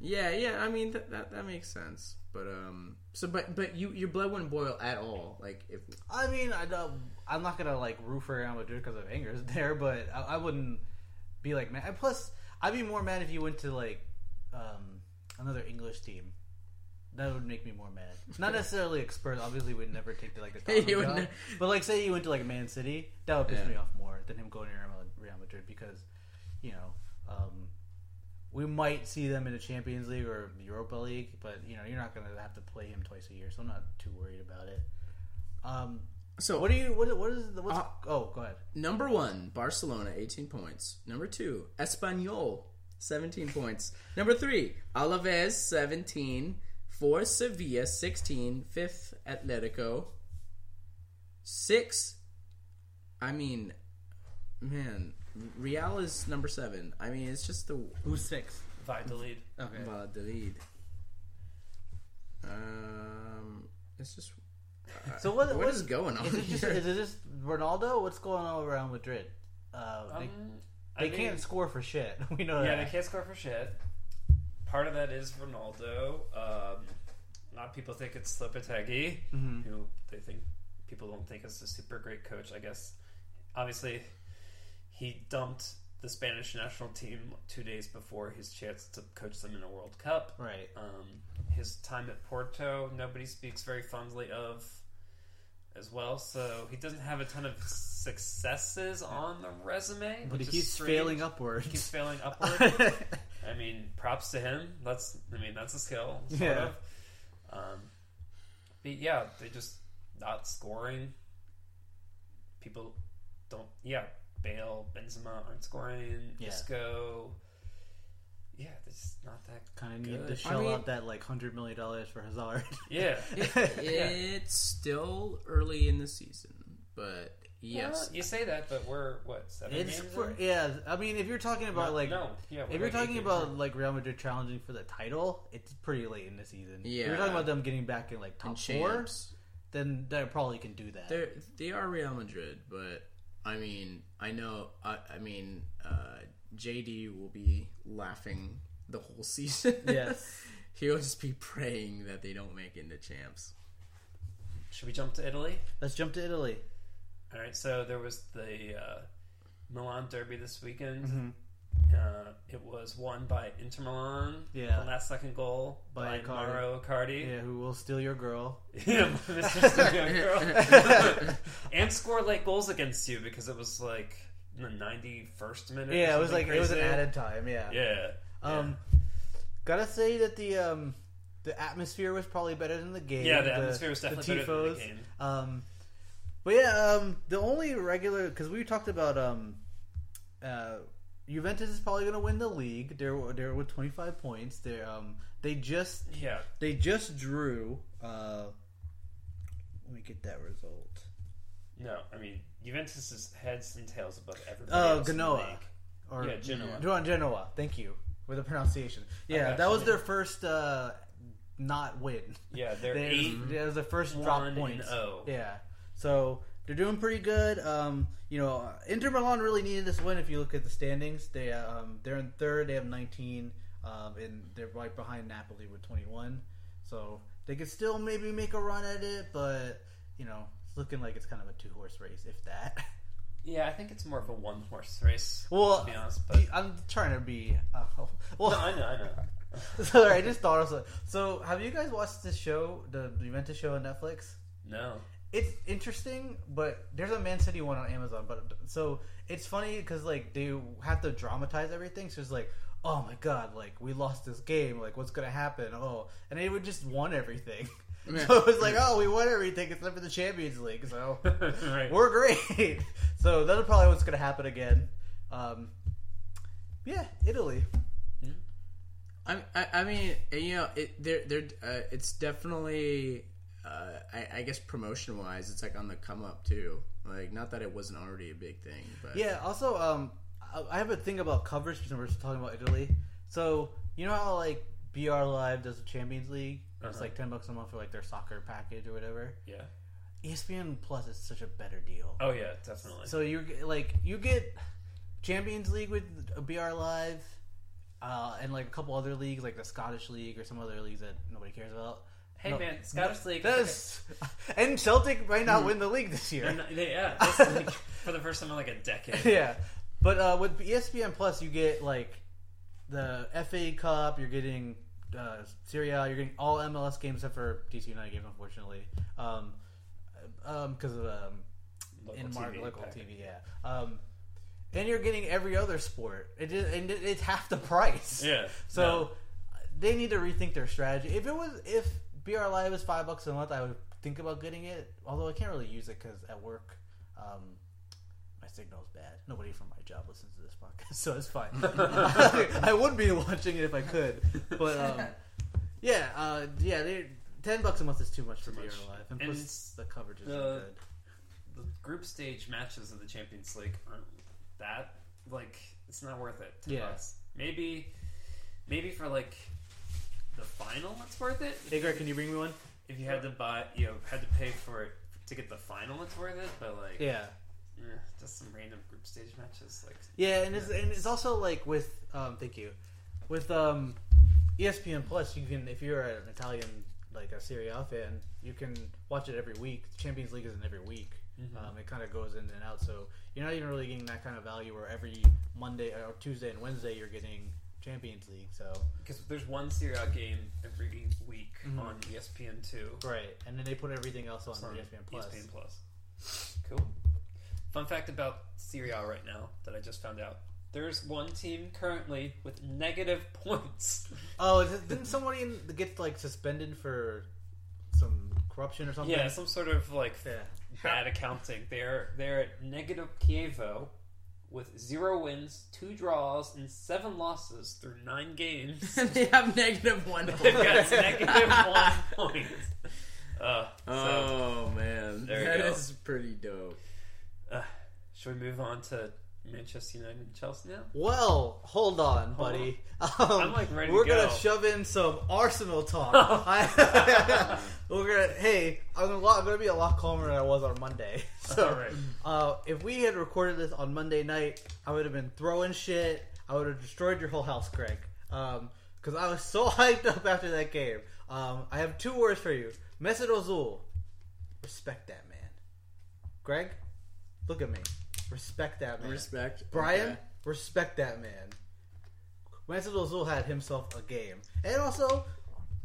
C: yeah, yeah. I mean that that, that makes sense, but um, so but but you your blood wouldn't boil at all, like if
A: I mean, I don't, I'm not gonna like root for Real Madrid because of Wenger's there, but I, I wouldn't be like mad. Plus, I'd be more mad if you went to like um, another English team. That would make me more mad. Not necessarily Spurs. Obviously, would never take the, like the top
C: You would
A: job.
C: ne-
A: But like, say you went to like Man City, that would piss
C: Yeah.
A: me off more than him going to Real- Real Madrid because you know. Um, we might see them in the Champions League or Europa League, but you know you're not going to have to play him twice a year, so I'm not too worried about it. Um,
C: so
A: what do you? What, what is the? What's,
C: Uh,
A: oh, go ahead.
C: Number one, Barcelona, 18 points. Number two, Espanyol, 17 points. Number three, Alaves, 17. Four, Sevilla, 16. Fifth, Atletico. Six, I mean, man, Real is number seven. I mean, it's just the
A: Who's six?
D: Valladolid.
A: Okay.
C: Valladolid. Um, it's just
A: So what?
C: what is going on
A: Is it just,
C: here?
A: is it just Ronaldo? What's going on around Madrid? Uh,
D: Um,
A: they
D: I
A: they
D: mean-
A: can't score for shit. We know
D: Yeah,
A: that.
D: they can't score for shit. Part of that is Ronaldo. Um, a lot of people think it's Lopetegui,
A: Mm-hmm.
D: who they think people don't think is a super great coach. I guess obviously he dumped the Spanish national team two days before his chance to coach them in a World Cup.
A: Mm-hmm. Right.
D: Um, his time at Porto, nobody speaks very fondly of. as well. So he doesn't have a ton of successes on the resume,
A: But he
D: which is
A: keeps
D: strange.
A: failing
D: He keeps
A: upwards.
D: failing upward. I mean, props to him. That's I mean, that's a skill, sort
A: Yeah.
D: of. Um, but yeah, they just not scoring. People don't. Yeah, Bale, Benzema aren't scoring.
A: Yeah.
D: Isco. Yeah, they're just not that.
A: kind of need to
D: Good.
A: shell
C: I mean-
A: out that like hundred million dollars for Hazard.
D: Yeah.
C: It's still early in the season, but yes,
D: Well, Uh, you say that, but we're what seven
A: it's
D: games
A: for,
D: in?
A: yeah. I mean, if you're talking about
D: No,
A: like
D: no, yeah. we're
A: if you're
D: like eight
A: talking
D: games
A: about
D: in.
A: like Real Madrid challenging for the title, it's pretty late in the season. If
C: Yeah.
A: you're talking about them getting back in like
C: and
A: top four,
C: champs.
A: then they probably can do that.
C: They're, they are Real Madrid, but I mean, I know, I, I mean, uh, JD will be laughing the whole season.
A: Yes.
C: He'll just be praying that they don't make it into champs.
D: should we jump to Italy?
A: Let's jump to Italy.
D: All right, so there was the uh, Milan Derby this
A: Mm-hmm.
D: weekend. Uh, it was won by Inter Milan.
A: Yeah.
D: the last second goal
A: By
D: by,
A: Icardi.
D: Mauro
A: Yeah,
D: Icardi.
A: who will steal your girl?
D: Yeah, Mr. Studio Girl. and score late goals against you because it was like in the ninety first minute. or
A: Yeah, it was
D: something
A: like it was an
D: crazy.
A: added time. Yeah.
D: Yeah,
A: Um, gotta say that the um the atmosphere was probably better than the game.
D: yeah, the atmosphere was definitely better than
A: tifos.
D: the game.
A: Um, but yeah, um, the only regular because we talked about um, uh, Juventus is probably going to win the league. They're they're with twenty five points. They um they just
D: Yeah,
A: they just drew. Uh, let me get that result.
D: no, I mean Juventus is heads and tails above everybody.
A: Oh,
D: else in the
A: Genoa.
D: league.
A: Or
D: Yeah, Genoa.
A: Genoa. Genoa. Thank you for the pronunciation. Yeah,
D: got
A: that
D: you.
A: was their first uh, not win.
D: Yeah, they're
A: They-
D: eight.
A: That was the first
D: one,
A: drop
D: and
A: points.
D: oh.
A: Yeah. So they're doing pretty good. Um, you know, Inter Milan really needed this win. If you look at the standings, they uh, um, they're in third. They have 19, um, and they're right behind Napoli with 21. So they could still maybe make a run at it, but you know, it's looking like it's kind of a two horse race, if that.
D: Yeah, I think it's more of a one horse race.
A: Well,
D: to be honest, but
A: I'm trying to be. Uh, well,
D: no, I know, I know.
A: sorry, I just thought of something. So, have you guys watched this show, the Juventus show on Netflix?
D: No,
A: it's interesting, but there's a Man City one on Amazon. But so it's funny because like they have to dramatize everything. So it's like, oh my god, like we lost this game. Like what's gonna happen? Oh, and they would just won everything.
C: Yeah.
A: So it was like, oh, we won everything except for the Champions League. So
D: right.
A: we're great. So that's probably what's gonna happen again. Um, yeah, Italy.
C: I, I, I mean, you know, it, they're, they're, uh, it's definitely, uh, I, I guess promotion wise, it's like on the come up too. Like, not that it wasn't already a big thing, but
A: Yeah. Also, um, I- I have a thing about covers because we're talking about Italy. So you know how like BR Live does the Champions League? It's
D: Uh-huh.
A: like ten bucks a month for like their soccer package or whatever. E
D: yeah.
A: ESPN Plus is such a better deal.
D: Oh yeah, definitely.
A: So you get- like you get Champions League with BR Live, uh, and like a couple other leagues like the Scottish League or some other leagues that nobody cares about.
D: hey
A: No,
D: man, Scottish League.
A: that is- and Celtic might
D: Hmm.
A: not win the league this year.
D: They're not- they- yeah, that's like for the first time in like a decade.
A: yeah, but uh, with ESPN Plus, you get like the FA Cup. You're getting uh, Syria. You're getting all MLS games except for DC United games, unfortunately, because um, 'cause of um,
D: Local
A: in
D: TV
A: market local
D: package.
A: TV. Yeah. Um, and you're getting every other sport. It just, and it- it's half the price.
D: Yeah.
A: So they need to rethink their strategy. If it was if BR Live is five bucks a month, I would think about getting it. Although I can't really use it because at work, um, my signal's bad. Nobody from my job listens to this podcast, so it's fine. I would be watching it if I could, but um, yeah, uh, yeah, they. Ten bucks a month is too much for BR
D: much.
A: Live, and,
D: And
A: plus
D: it's
A: the coverage is
D: the-
A: good.
D: the group stage matches of the Champions League aren't that like it's not worth it. To
A: Yeah.
D: us. Maybe, maybe for like the final, it's worth it.
A: Hey, Greg, can you bring me one?
D: If you had to buy, you know, had to pay for it to get the final, it's worth it. But like,
A: Yeah,
D: eh, just some random group stage matches, like
A: yeah, and it's and it's also like with um, thank you, with um, ESPN Plus, you can if you're an Italian like a Serie A fan, you can watch it every week. The Champions League isn't every week. Um, it kind of goes in and out, so you're not even really getting that kind of value. Where every Monday or Tuesday and uh, Wednesday, you're getting Champions League. So
D: Because there's one Serie A game every week
A: Mm-hmm.
D: on E ESPN two.
A: right, and then they put everything else on, E
D: It's on
A: ESPN Plus.
D: ESPN Cool. Fun fact about Serie A right now that I just found out. There's one team currently with negative points.
A: Oh, th- didn't somebody in- get like suspended for some corruption or something?
D: Yeah, some sort of like
A: Yeah.
D: bad accounting. They're they're at negative Kievo with zero wins, two draws, and seven losses through nine games.
C: they have negative one.
D: They've got negative one point. Uh, so,
C: Oh man,
D: There you
C: that
D: go.
C: is pretty dope.
D: should we move on to Manchester United and Chelsea now?
A: Well, hold on, buddy. Um,
D: I'm, like, ready to
A: we're gonna
D: go.
A: shove in some Arsenal talk. I- we're gonna. Hey, I'm gonna, I'm gonna be a lot calmer than I was on Monday. So,
D: All right.
A: uh, if we had recorded this on Monday night, I would have been throwing shit. I would have destroyed your whole house, Craig. Um 'cause because I was so hyped up after that game. Um, I have two words for you: Mesut Ozil. Respect that man, Greg. Look at me. Respect that man.
C: Respect,
A: Brian,
C: Okay.
A: respect that man. Mansell Ozil had himself a game. And also,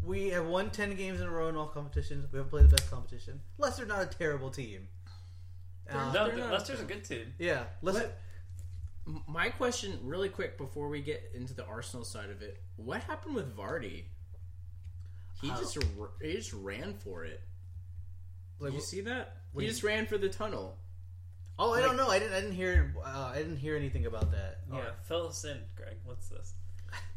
A: we have won 10 games in a row in all competitions. We haven't played the best competition. Leicester's not a terrible team. Uh,
D: No,
C: They're not-
D: Leicester's a good team.
A: Yeah. Leicester,
C: M- My question, really quick, before we get into the Arsenal side of it, what happened with Vardy? He
A: Oh.
C: just r- he just ran for it.
A: like,
C: you see that?
A: what
C: He
A: do you-
C: just ran for the tunnel.
A: oh, I don't know. I didn't. I didn't hear. Uh, I didn't hear anything about that.
D: Yeah, fill us in, Greg. What's this?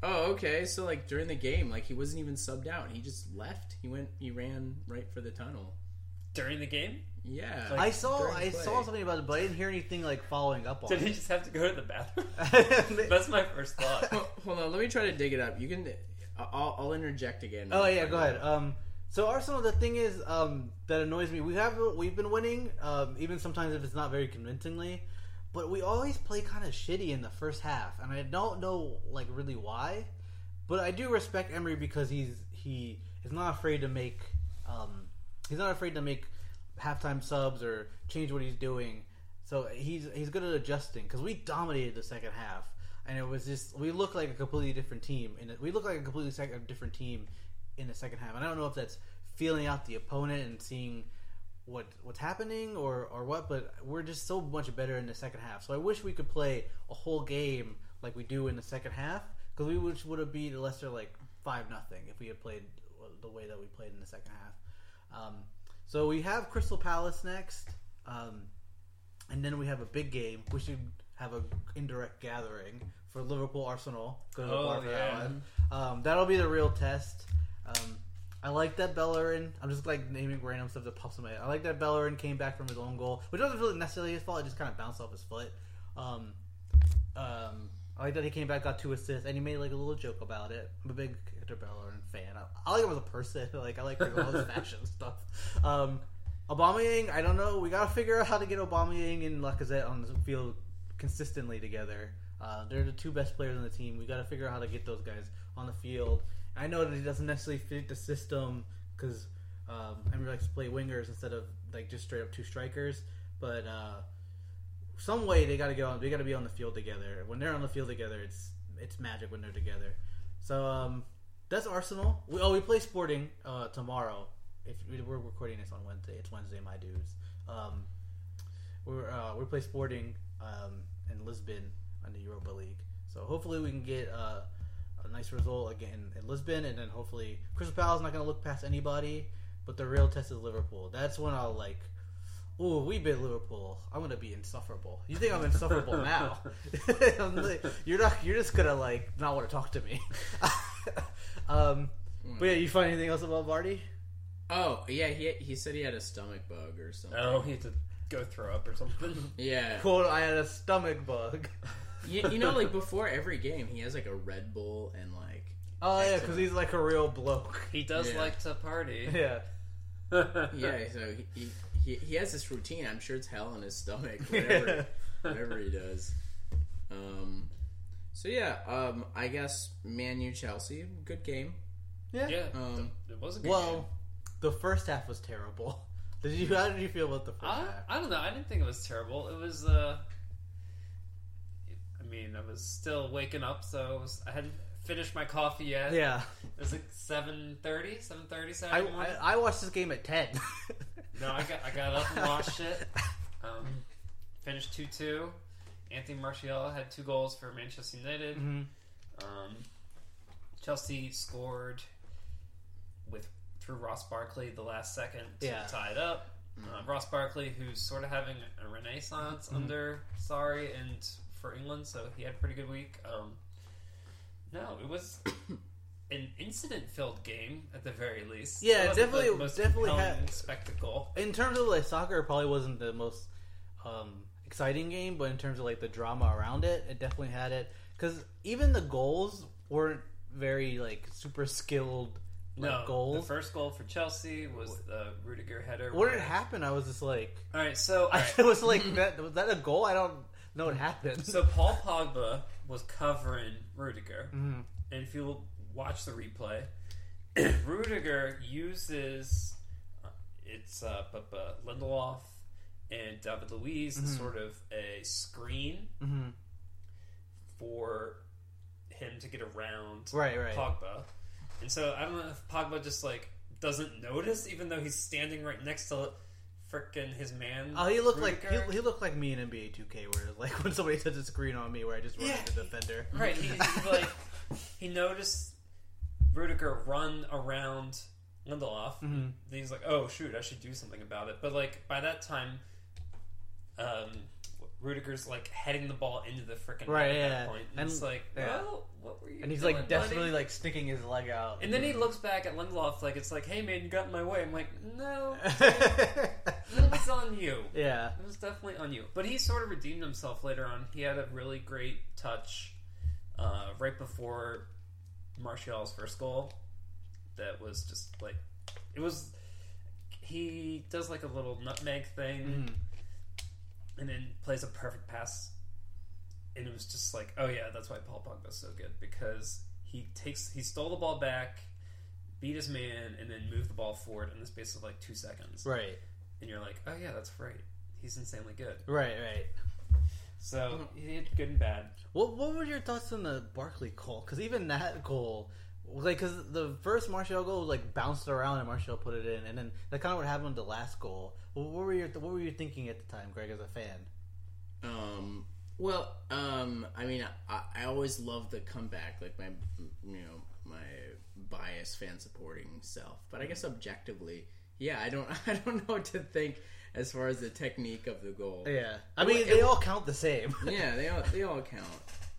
C: Oh, okay. So like during the game, like he wasn't even subbed out. He just left. He went. He ran right for the tunnel.
D: During the game?
C: Yeah.
D: Like-
A: I saw.
C: during
A: I
C: play.
A: saw something about it, but I didn't hear anything like following up on
D: Did he
A: it.
D: just have to go to the bathroom? That's my first thought.
C: Ho- Hold on. Let me try to dig it up. You can. I'll, I'll interject again.
A: Oh yeah, go ahead. Um, so Arsenal, the thing is um, that annoys me. We have we've been winning, um, even sometimes if it's not very convincingly, but we always play kind of shitty in the first half, and I don't know like really why. But I do respect Emery because he's he is not afraid to make um, he's not afraid to make halftime subs or change what he's doing. So he's he's good at adjusting because we dominated the second half, and it was just we looked like a completely different team, and we looked like a completely sec- a different team in the second half. And I don't know if that's feeling out the opponent and seeing what what's happening or or what, but we're just so much better in the second half. So I wish we could play a whole game like we do in the second half because we would would have beat Leicester like five nothing if we had played the way that we played in the second half. Um, so we have Crystal Palace next, um, and then we have a big game. We should have a indirect gathering for Liverpool Arsenal. Go to the
D: Oh,
A: bar for that
D: yeah.
A: one. Um, that'll be the real test. Um, I like that Bellerin. I'm just like naming random stuff that pops in my head. I like that Bellerin came back from his own goal, which wasn't really necessarily his fault. It just kind of bounced off his foot. Um, um, I like that he came back, got two assists, and he made like a little joke about it. I'm a big Hector Bellerin fan. I, I like him as a person. Like I like all his fashion stuff. Um, Aubameyang, I don't know. We gotta figure out how to get Aubameyang and Lacazette on the field consistently together. Uh, they're the two best players on the team. We gotta figure out how to get those guys on the field. I know that he doesn't necessarily fit the system because um, Emery likes to play wingers instead of like just straight up two strikers, but. Uh, some way they got to get on. They got to be on the field together. When they're on the field together, it's it's magic when they're together. So um, that's Arsenal. We, oh, we play Sporting uh, tomorrow. If we- we're recording this on Wednesday, it's Wednesday, my dudes. Um, we're uh, we play Sporting um, in Lisbon on the Europa League. So hopefully we can get uh, a nice result again in Lisbon, and then hopefully Crystal Palace not going to look past anybody. But the real test is Liverpool. That's when I'll like Ooh, we beat Liverpool. I'm gonna be insufferable. You think I'm insufferable now? I'm like, you're not. You're just gonna like not want to talk to me. um, but yeah, you find anything else about Vardy?
C: Oh yeah. He he said he had a stomach bug or something.
D: Oh, he had to go throw up or something.
C: Yeah.
A: Quote: I had a stomach bug.
C: you, you know, like before every game, he has like a Red Bull and like.
A: Oh yeah, because he's like a real bloke.
D: He does
C: Yeah.
D: like to party.
A: Yeah.
C: Yeah, so he, he, he has this routine. I'm sure it's hell on his stomach, whatever, whatever he does. Um, so yeah, um, I guess Man U Chelsea, good game.
D: Yeah,
C: Um,
D: it was a good game.
A: Well, the first half was terrible. Did you? How did you feel about the first
D: I,
A: half?
D: I don't know. I didn't think it was terrible. It was. uh I mean, I was still waking up, so it was, I had finished my coffee yet.
A: Yeah,
D: It was like 7.30, 7.30 Saturday
A: I,
D: morning.
A: I, I watched this game at ten.
D: No, I got I got up and watched it. Um, finished two two. Anthony Martial had two goals for Manchester United.
A: Mhm.
D: Um, Chelsea scored with through Ross Barkley the last second to
A: Yeah.
D: tie it up. Um, Ross Barkley, who's sort of having a renaissance
A: Mm-hmm.
D: under Sorry and for England, so he had a pretty good week. Um, no, it was an incident-filled game at the very least.
A: Yeah,
D: It wasn't the
A: definitely-
D: most
A: definitely
D: compelling
A: had-
D: spectacle.
A: in terms of like soccer, it probably wasn't the most um, exciting game, but in terms of like the drama around it, it definitely had it. Because even the goals weren't very like super skilled like,
D: No, the
A: goals.
D: first goal for Chelsea was the Rudiger header.
A: What
D: where-
A: had happened? I was just like,
D: All right, so all
A: I
D: right,
A: was like, that, was that a goal? I don't know what happened.
D: so Paul Pogba was covering Rudiger, and if you watch the replay, Rudiger uses uh, it's uh, bu- bu- Lindelof and David Luiz
A: Mm-hmm.
D: as sort of a screen
A: Mhm.
D: Mm-hmm. for him to get around
A: right, right.
D: Pogba. And so I don't know if Pogba just like doesn't notice, even though he's standing right next to frickin' his man.
A: Oh, he looked like
D: Rudiger.
A: he, he looked like me in NBA 2K, where like when somebody touches a screen on me, where I just run
D: Yeah.
A: into the defender.
D: right. He, he's like he noticed Rudiger run around Lindelof.
A: Mhm.
D: And he's like, oh shoot, I should do something about it. But like by that time, um, Rudiger's like heading the ball into the frickin' net
A: Right,
D: at
A: yeah.
D: that point. And,
A: And-
D: it's like,
A: yeah.
D: well, what were you?
A: and he's
D: doing,
A: like
D: buddy?
A: desperately like Mm-hmm. sticking his leg out.
D: And then he looks back at Lindelof like it's like, hey man, you got in my way. I'm like, no, it was
A: yeah,
D: on you. It was definitely on you. But he sort of redeemed himself later on. He had a really great touch uh, right before Martial's first goal. That was just like it was. He does like a little nutmeg thing,
A: Mm.
D: and then plays a perfect pass. And it was just like, oh yeah, that's why Paul Pogba's so good because he takes he stole the ball back, beat his man, and then moved the ball forward in the space of like two seconds
A: right,
D: and you're like, oh yeah, that's right. He's insanely good.
A: right, right.
D: So he did good and bad.
A: What what were your thoughts on the Barkley goal? Because even that goal, like, because the first Martial goal like bounced around and Martial put it in, and then that kind of what happened with the last goal. What what were your what were you thinking at the time, Greg, as a fan?
C: Um, well, um, I mean, I, I always love the comeback, like my, you know, my bias fan supporting self. But I guess objectively, yeah, I don't, I don't know what to think as far as the technique of the goal.
A: Yeah, I
C: It
A: mean
C: wa- it
A: they
C: wa-
A: all count the same.
C: yeah, they all they all count.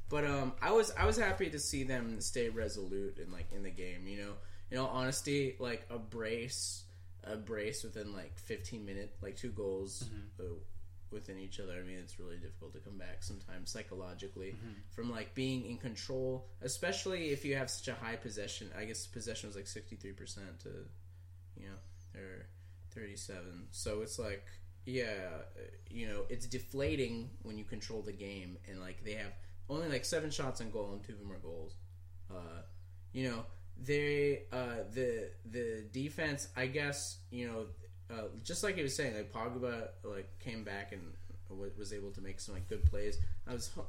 C: But um, I was I was happy to see them stay resolute and like in the game. You know, in all honesty, like a brace, a brace within like 15 minutes, like two goals uh, within each other. I mean, it's really difficult to come back sometimes psychologically from like being in control, especially if you have such a high possession. I guess possession was like 63 percent to, you know, their 37. So it's like, yeah, uh, you know, it's deflating when you control the game and like they have only like seven shots on goal and two of them are goals. Uh, you know, they uh, the the defense, I guess, you know, uh, just like you was saying, like Pogba like came back and w- was able to make some like good plays. I was, ho-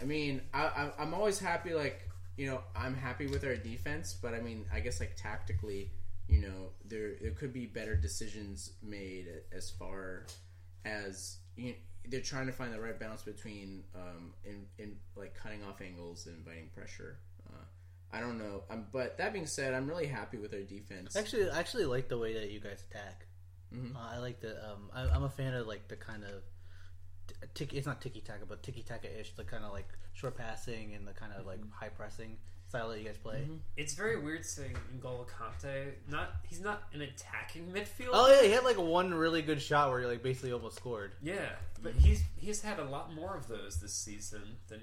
C: I mean, I, I I'm always happy like you know I'm happy with our defense, but I mean I guess like tactically, you know, there there could be better decisions made as far as you they're trying to find the right balance between um in, in like cutting off angles and inviting pressure. Uh, I don't know, um, but that being said, I'm really happy with our defense.
A: Actually, I actually like the way that you guys attack.
C: Mhm.
A: Uh, I like the. Um, I, I'm a fan of like the kind of t- tick. It's not ticky taka, but ticky taka ish. The kind of like short passing and the kind of like high pressing style that you guys play.
D: It's very weird seeing N'Golo Conte. Not he's not an attacking midfielder.
A: Oh yeah, he had like one really good shot where he like basically almost scored.
D: yeah, but he's he's had a lot more of those this season than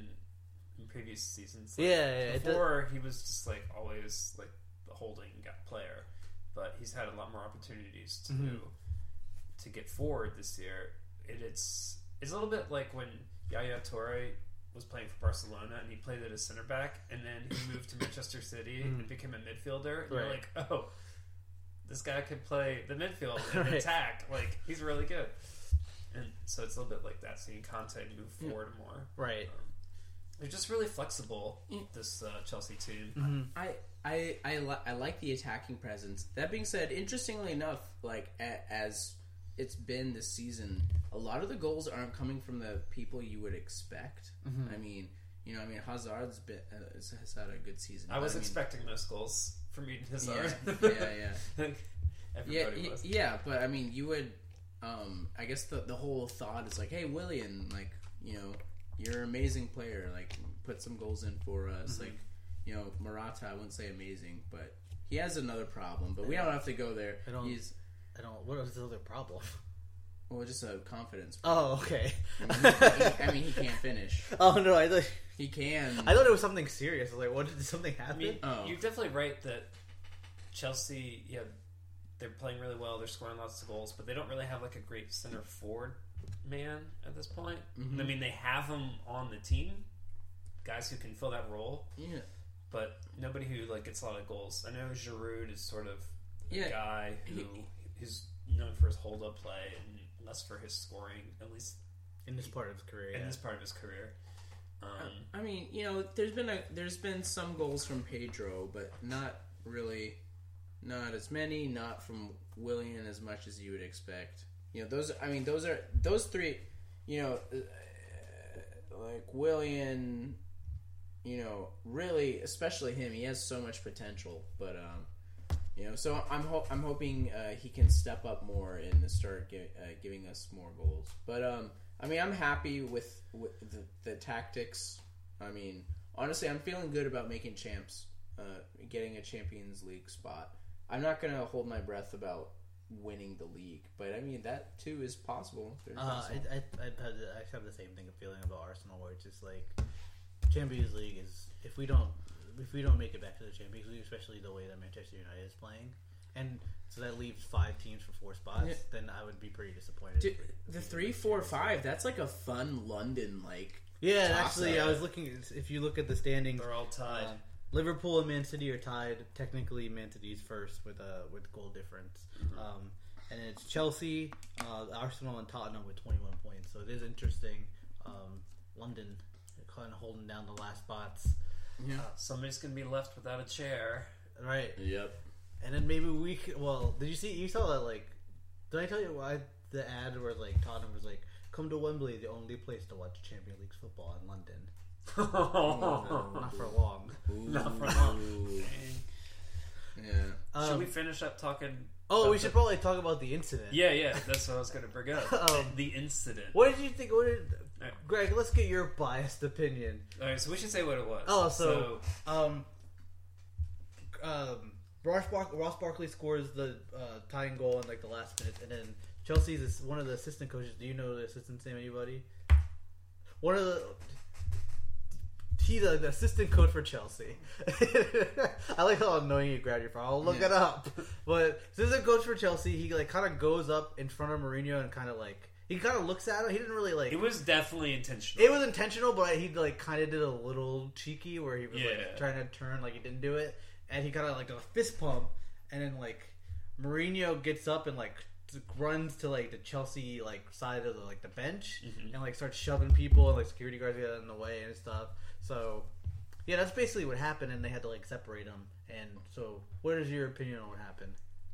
D: in previous seasons. Like,
A: Yeah, yeah, it does-
D: before he was just like always like the holding gut player, but he's had a lot more opportunities to
A: Mm-hmm.
D: to get forward this year. And it's it's a little bit like when Yaya Torre was playing for Barcelona and he played it as center back, and then he moved to Manchester City and became a midfielder. And you're
A: Mm. Right.
D: like, oh, this guy could play the midfield and
A: Right.
D: attack. Like he's really good. And so it's a little bit like that seeing Conte move forward more.
A: Right.
D: Um, They're just really flexible. This uh, Chelsea team.
A: Mm-hmm.
C: I I I, li- I like the attacking presence. That being said, interestingly enough, like a- as it's been this season, a lot of the goals aren't coming from the people you would expect. I mean, you know, I mean Hazard's been uh, has has had a good season.
D: I
C: but
D: was
C: mean-
D: expecting those goals from Eden Hazard.
C: Yeah, yeah, yeah.
D: Like,
C: Yeah,
D: Everybody
C: y-
D: was.
C: yeah, but I mean, you would. Um, I guess the the whole thought is like, hey, Willian, like you know, you're an amazing player. Like, put some goals in for us.
A: Mm-hmm.
C: Like, you know, Morata, I wouldn't say amazing, but he has another problem. But we don't have to go there.
A: I don't-
C: He's
A: I don't. What is the other problem?
C: well, just a confidence.
A: Oh, okay.
C: I mean, Mm-hmm. he can't finish.
A: oh no, I thought
C: He can.
A: I thought it was something serious. I was like, what did something
D: I
A: happen?
D: mean,
C: Oh.
D: you're definitely right that Chelsea, yeah, they're playing really well. They're scoring lots of goals, but they don't really have like a great center forward man at this point.
C: Mm-hmm.
D: I mean, they have them on the team, guys who can fill that role,
C: yeah,
D: but nobody who like gets a lot of goals. I know Giroud is sort of the
C: Yeah.
D: guy who
C: He-
D: is known for his hold up play and less for his scoring, at least
A: in this part of his career,
D: in
A: yeah.
D: this part of his career. Um,
C: I mean, you know, there's been a there's been some goals from Pedro, but not really, not as many, not from Willian as much as you would expect. You know, those. I mean, those are those three. You know, uh, like Willian. You know, really, especially him. He has so much potential, but um, you know, so I'm ho- I'm hoping uh, he can step up more and start gi- uh, giving us more goals. But um, I mean, I'm happy with, with the, the tactics. I mean, honestly, I'm feeling good about making champs, uh, getting a Champions League spot. I'm not gonna hold my breath about winning the league, but I mean that too is possible. There's
A: Uh,
C: possible.
A: I, I, I, have the, I have the same thing feeling about Arsenal, where it's just like Champions League is if we don't if we don't make it back to the Champions League, especially the way that Manchester United is playing, and so that leaves five teams for four spots,
C: Yeah.
A: then I would be pretty disappointed.
C: Dude, the three, four, five—that's like a fun London like.
A: yeah, and
C: Toss
A: actually,
C: up.
A: I was looking. at- If you look at the standings,
D: they're all tied.
A: um, Liverpool and Man City are tied. Technically, Man City's first with uh, with goal difference,
D: Mm-hmm.
A: um, and then it's Chelsea, uh, Arsenal, and Tottenham with 21 points. So it is interesting. Um, London kind of holding down the last spots,
C: Yeah.
D: Uh, Somebody's gonna be left without a chair.
A: right?
C: Yep.
A: And then maybe we. c well, did you see? You saw that like? Did I tell you why the ad where like Tottenham was like, "Come to Wembley, the only place to watch Champions League football in London."
D: Oh.
A: Not for long.
D: Not for long.
C: Ooh. Yeah.
D: should
A: Um,
D: we finish up talking?
A: oh, we
D: about
A: should
D: the-
A: probably talk about the incident.
D: Yeah, yeah, that's what I was gonna bring up.
A: Um,
D: the incident.
A: What did you think? What did
D: Alright.
A: Greg? Let's get your biased opinion.
D: All right, so we should say what it was.
A: Oh, so, um, um, Ross, Bark- Ross Barkley scores the uh, tying goal in like the last minute, and then Chelsea's is one of the assistant coaches. Do you know the assistant's name? Anybody? One of the. He the, the assistant coach for Chelsea. I like how annoying you grabbed your phone. I'll look
C: Yeah.
A: it up. But assistant coach for Chelsea, he like kind of goes up in front of Mourinho and kind of like he kind of looks at him. He didn't really like
D: it was definitely intentional.
A: it was intentional, but he like kind of did a little cheeky where he was
D: Yeah.
A: like trying to turn, like he didn't do it, and he kind of like did a fist pump, and then like Mourinho gets up and like t- runs to like the Chelsea like side of the like the bench and like starts shoving people and like security guards get out in the way and stuff. So yeah, that's basically what happened, and they had to like separate them. And so, what is your opinion on what happened?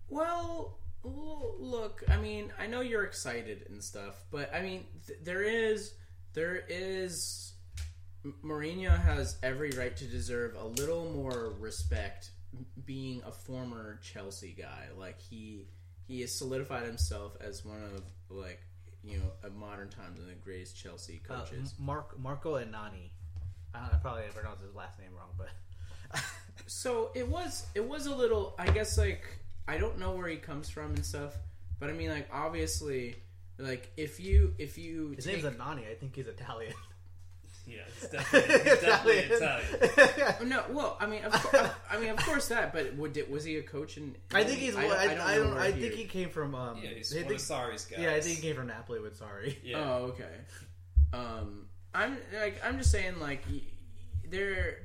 C: Well, l- look, I mean, I know you're excited and stuff, but I mean, th- there is, there is, M- Mourinho has every right to deserve a little more respect, m- being a former Chelsea guy. Like he, he has solidified himself as one of like you know of modern times one of the greatest Chelsea
A: Uh,
C: coaches.
A: Mark Marco and Nani. I, don't- I probably pronounced his last name wrong, but
C: so it was it was a little i guess like i don't know where he comes from and stuff but i mean like obviously like if you if you
A: his
C: take,
A: name's Anani. I think he's Italian.
D: yeah, it's definitely, it's definitely Italian.
C: Oh, no well i mean of course i mean of course that but would it, was he a coach in
A: I think he's. I, I, don't. I,
C: where
A: think he came from. Um,
D: Yeah, he's
A: I
D: one
A: think,
D: of Sarri's guys.
A: yeah, I think he came from Napoli. With sorry,
D: Yeah.
C: Oh, okay. Um, I'm like I'm just saying like y- there,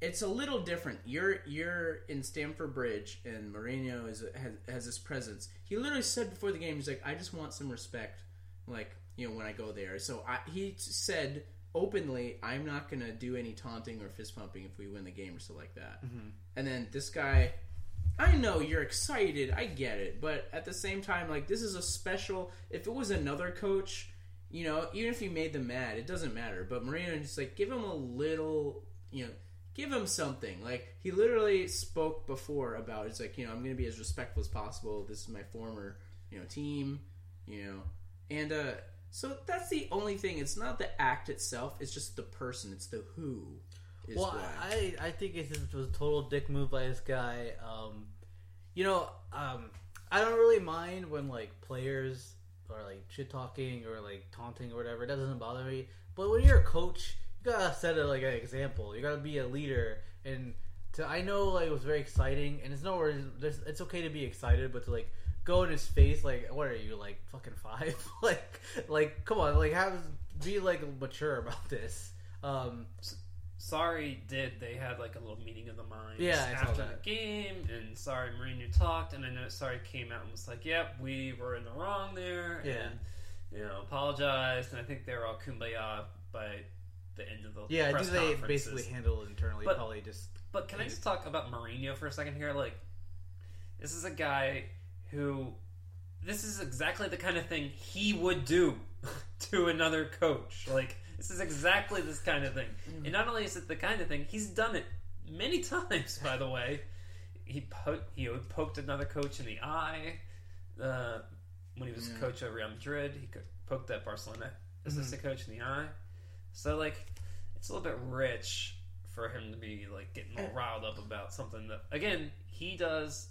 C: it's a little different. You're you're in Stamford Bridge, and Mourinho is has, has this presence. He literally said before the game, he's like, I just want some respect, like you know when I go there. So I, he t- said openly, I'm not going to do any taunting or fist pumping if we win the game or stuff like that. And then this guy, I know you're excited, I get it, but at the same time, like this is a special. If it was another coach, you know, even if you made them mad, it doesn't matter. But Marino just like give him a little, you know. Give him something. Like he literally spoke before about it's like, you know, I'm gonna be as respectful as possible. This is my former, you know, team, you know. And uh so that's the only thing. It's not the act itself, it's just the person, it's the who is
A: Well,
C: why.
A: I, I think it just was a total dick move by this guy. Um, you know, um, I don't really mind when like players are like shit talking or like taunting or whatever. It doesn't bother me. But when you're a coach, you gotta set a, like an example. You gotta be a leader. And to I know like it was very exciting, and it's nowhere. There's, it's okay to be excited, but to like go in his face like what are you like fucking five like like come on like have be like mature about this um
D: Sorry did. They had like a little meeting of the minds
A: Yeah, I saw
D: after the
A: that.
D: game, and Sorry Mourinho talked, and I know Sorry came out and was like, "Yep, we were in the wrong there,"
A: Yeah.
D: and you know apologized, and I think they were all kumbaya by the end of the
A: Yeah, I
D: press
A: think they
D: conferences.
A: basically handle it internally.
D: But-
A: probably just
D: But can I just talk about Mourinho for a second here? Like, this is a guy who, this is exactly the kind of thing he would do to another coach. Like, this is exactly this kind of thing. And not only is it the kind of thing, he's done it many times. By the way, he po- he poked another coach in the eye uh, when he was coach over Real Madrid. He co- poked that Barcelona assistant
A: Mm-hmm.
D: coach in the eye. So like, it's a little bit rich for him to be like getting all riled up about something that again he does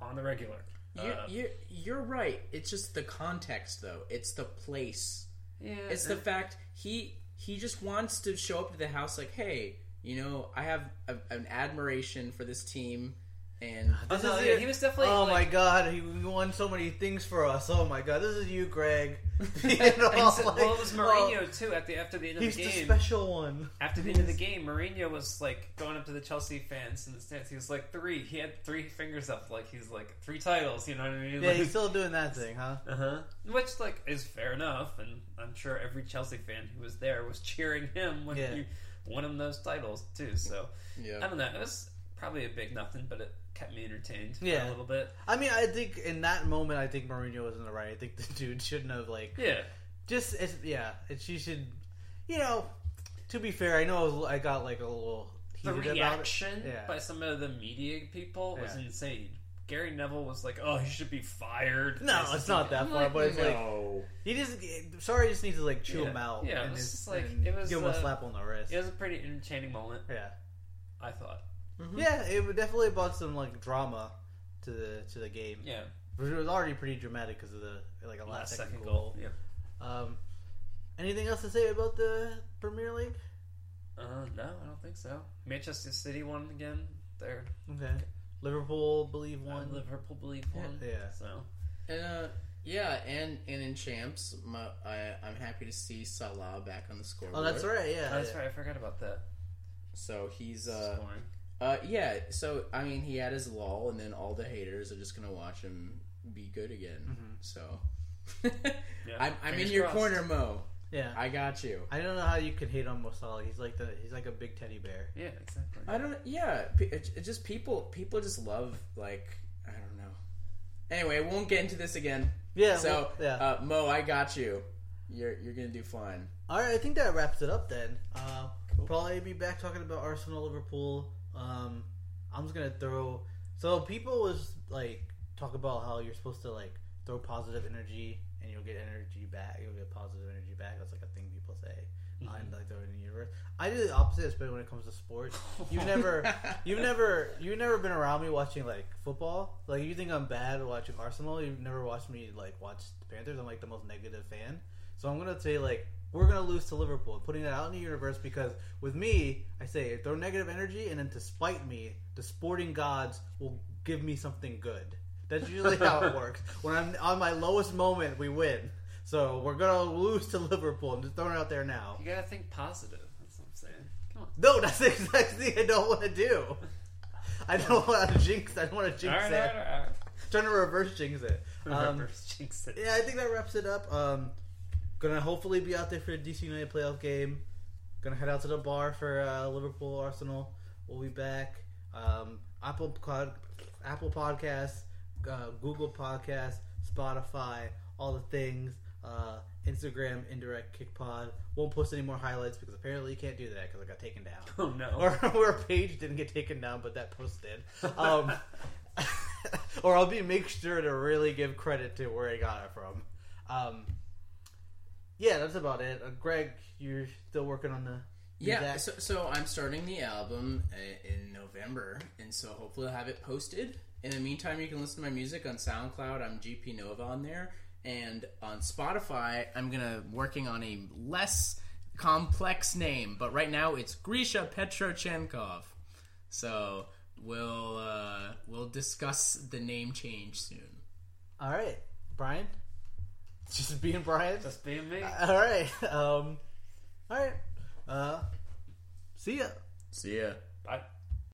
D: on the regular.
C: you're,
D: Uh,
C: you're, you're right. It's just the context, though. It's the place.
D: yeah,
C: It's
A: Mm-hmm.
C: the fact he he just wants to show up to the house like, hey, you know, I have a, an admiration for this team, and
D: Oh,
A: This
D: no,
A: is
D: yeah,
A: it.
D: he was definitely.
A: oh
D: like,
A: my god, he won so many things for us. Oh my god, this is you, Greg. You know,
D: and so-
A: like,
D: well, it was Mourinho
A: oh,
D: too. At the after the end of
A: he's
D: the
A: the
D: game,
A: special one.
D: after the end of the game, Mourinho was like going up to the Chelsea fans in the stands. He was like three. He had three fingers up, like he's like three titles. You know what I mean?
A: Yeah,
D: Like-
A: he's still doing that thing, huh?
D: Uh-huh. Which like is fair enough, and I'm sure every Chelsea fan who was there was cheering him when
A: Yeah.
D: he won him those titles too. So I
C: yeah,
D: don't know. It was probably a big nothing, but it kept me entertained for
A: Yeah.
D: a little bit.
A: I mean, I think in that moment, I think Mourinho was in the right. I think the dude shouldn't have like
D: Yeah.
A: just it's, yeah. And she should, you know. To be fair, I know I, was, I got like a little
D: The
A: heated about it.
D: reaction
A: Yeah.
D: by some of the media people was
A: Yeah.
D: insane. Gary Neville was like, "Oh, he should be fired."
A: No,
D: This
A: it's
D: is-
A: not that
D: I'm
A: far,
D: like,
A: but it's like
C: no.
A: He just sorry just needs to like chew
D: Yeah.
A: him out.
D: Yeah, it
A: and
D: was
A: just,
D: just like-
A: and
D: it was,
A: give him
D: uh,
A: a slap on the wrist.
D: it was a pretty entertaining moment.
A: yeah,
D: I thought.
A: yeah, it would definitely brought some like drama to the to the game.
D: Yeah.
A: which was already pretty dramatic because of the like a last,
D: Last
A: second,
D: second
A: goal.
D: goal. Yeah.
A: Um, anything else to say about the Premier League?
D: Uh, no, I don't think so. Manchester City won again. They're
A: Okay, Liverpool believe
D: one
A: one.
D: Liverpool believe one.
A: yeah.
D: So
C: and uh, yeah, and and in champs, my, I, I'm happy to see Salah back on the scoreboard.
A: oh, that's right. Yeah,
D: that's
A: yeah.
D: right. I forgot about that
C: So he's uh,
D: scoring.
C: Uh, yeah. So I mean, he had his lull, and then all the haters are just gonna watch him be good again. So
D: Mm-hmm. Yeah.
C: I'm, I'm in
D: Fingers
C: your
D: crossed.
C: corner, Mo.
A: Yeah,
C: I got you.
A: I don't know how you can hate on Mo Salah. He's like the he's like a big teddy bear.
D: Yeah, exactly.
C: I don't. Yeah. p- It, it just people. People just love like I don't know. Anyway, we won't get into this again.
A: Yeah.
C: so
A: well, yeah.
C: uh, Mo, I got you. You're you're gonna do fine.
A: All right, I think that wraps it up then. Uh, Probably be back talking about Arsenal, Liverpool. Um, I'm just gonna throw. So people was like talk about how you're supposed to like throw positive energy and you'll get energy back. You'll get positive energy back. That's like a thing people say. Uh, and like throw it in the universe. I do the opposite, especially when it comes to sports. You never, you've never, you've never been around me watching like football. Like you think I'm bad at watching Arsenal. You've never watched me like watch the Panthers. I'm like the most negative fan. So I'm gonna say like we're gonna lose to Liverpool, putting that out in the universe because with me, I say throw negative energy, and then to spite me, the sporting gods will give me something good. That's usually how it works. When I'm on my lowest moment, we win. So we're gonna lose to Liverpool. I'm just throwing it out there now.
D: You gotta think positive. That's what I'm saying. Come on.
A: No, that's the exact thing I don't want to do. I don't want to jinx. I don't want to jinx
D: All right, all
A: it.
D: right, all right.
A: Trying to reverse jinx it. Um,
D: Reverse jinx it.
A: yeah, I think that wraps it up. Um, gonna hopefully be out there for the DC United playoff game. Gonna head out to the bar for uh, Liverpool Arsenal. We'll be back. Um, Apple Pod, Apple Podcasts, uh, Google Podcasts, Spotify, all the things. Uh, Instagram indirect kick pod. Won't post any more highlights because apparently you can't do that because I got taken down
D: Oh no.
A: or or a page didn't get taken down, but that post did. Um, or I'll be make sure to really give credit to where I got it from. Um, yeah, that's about it. Uh, Greg, you're still working on the
C: Yeah,
A: that-
C: so, so I'm starting the album uh, in November, and so hopefully I'll have it posted. In the meantime, you can listen to my music on SoundCloud. I'm GP Nova on there, and on Spotify, I'm gonna working on a less complex name, but right now it's Grisha Petrochenkov. So we'll uh, we'll discuss the name change soon.
A: All right, Brian. Just being Brian.
D: Just being me.
A: All right. Um, all right. Uh, see ya.
C: See ya.
D: Bye.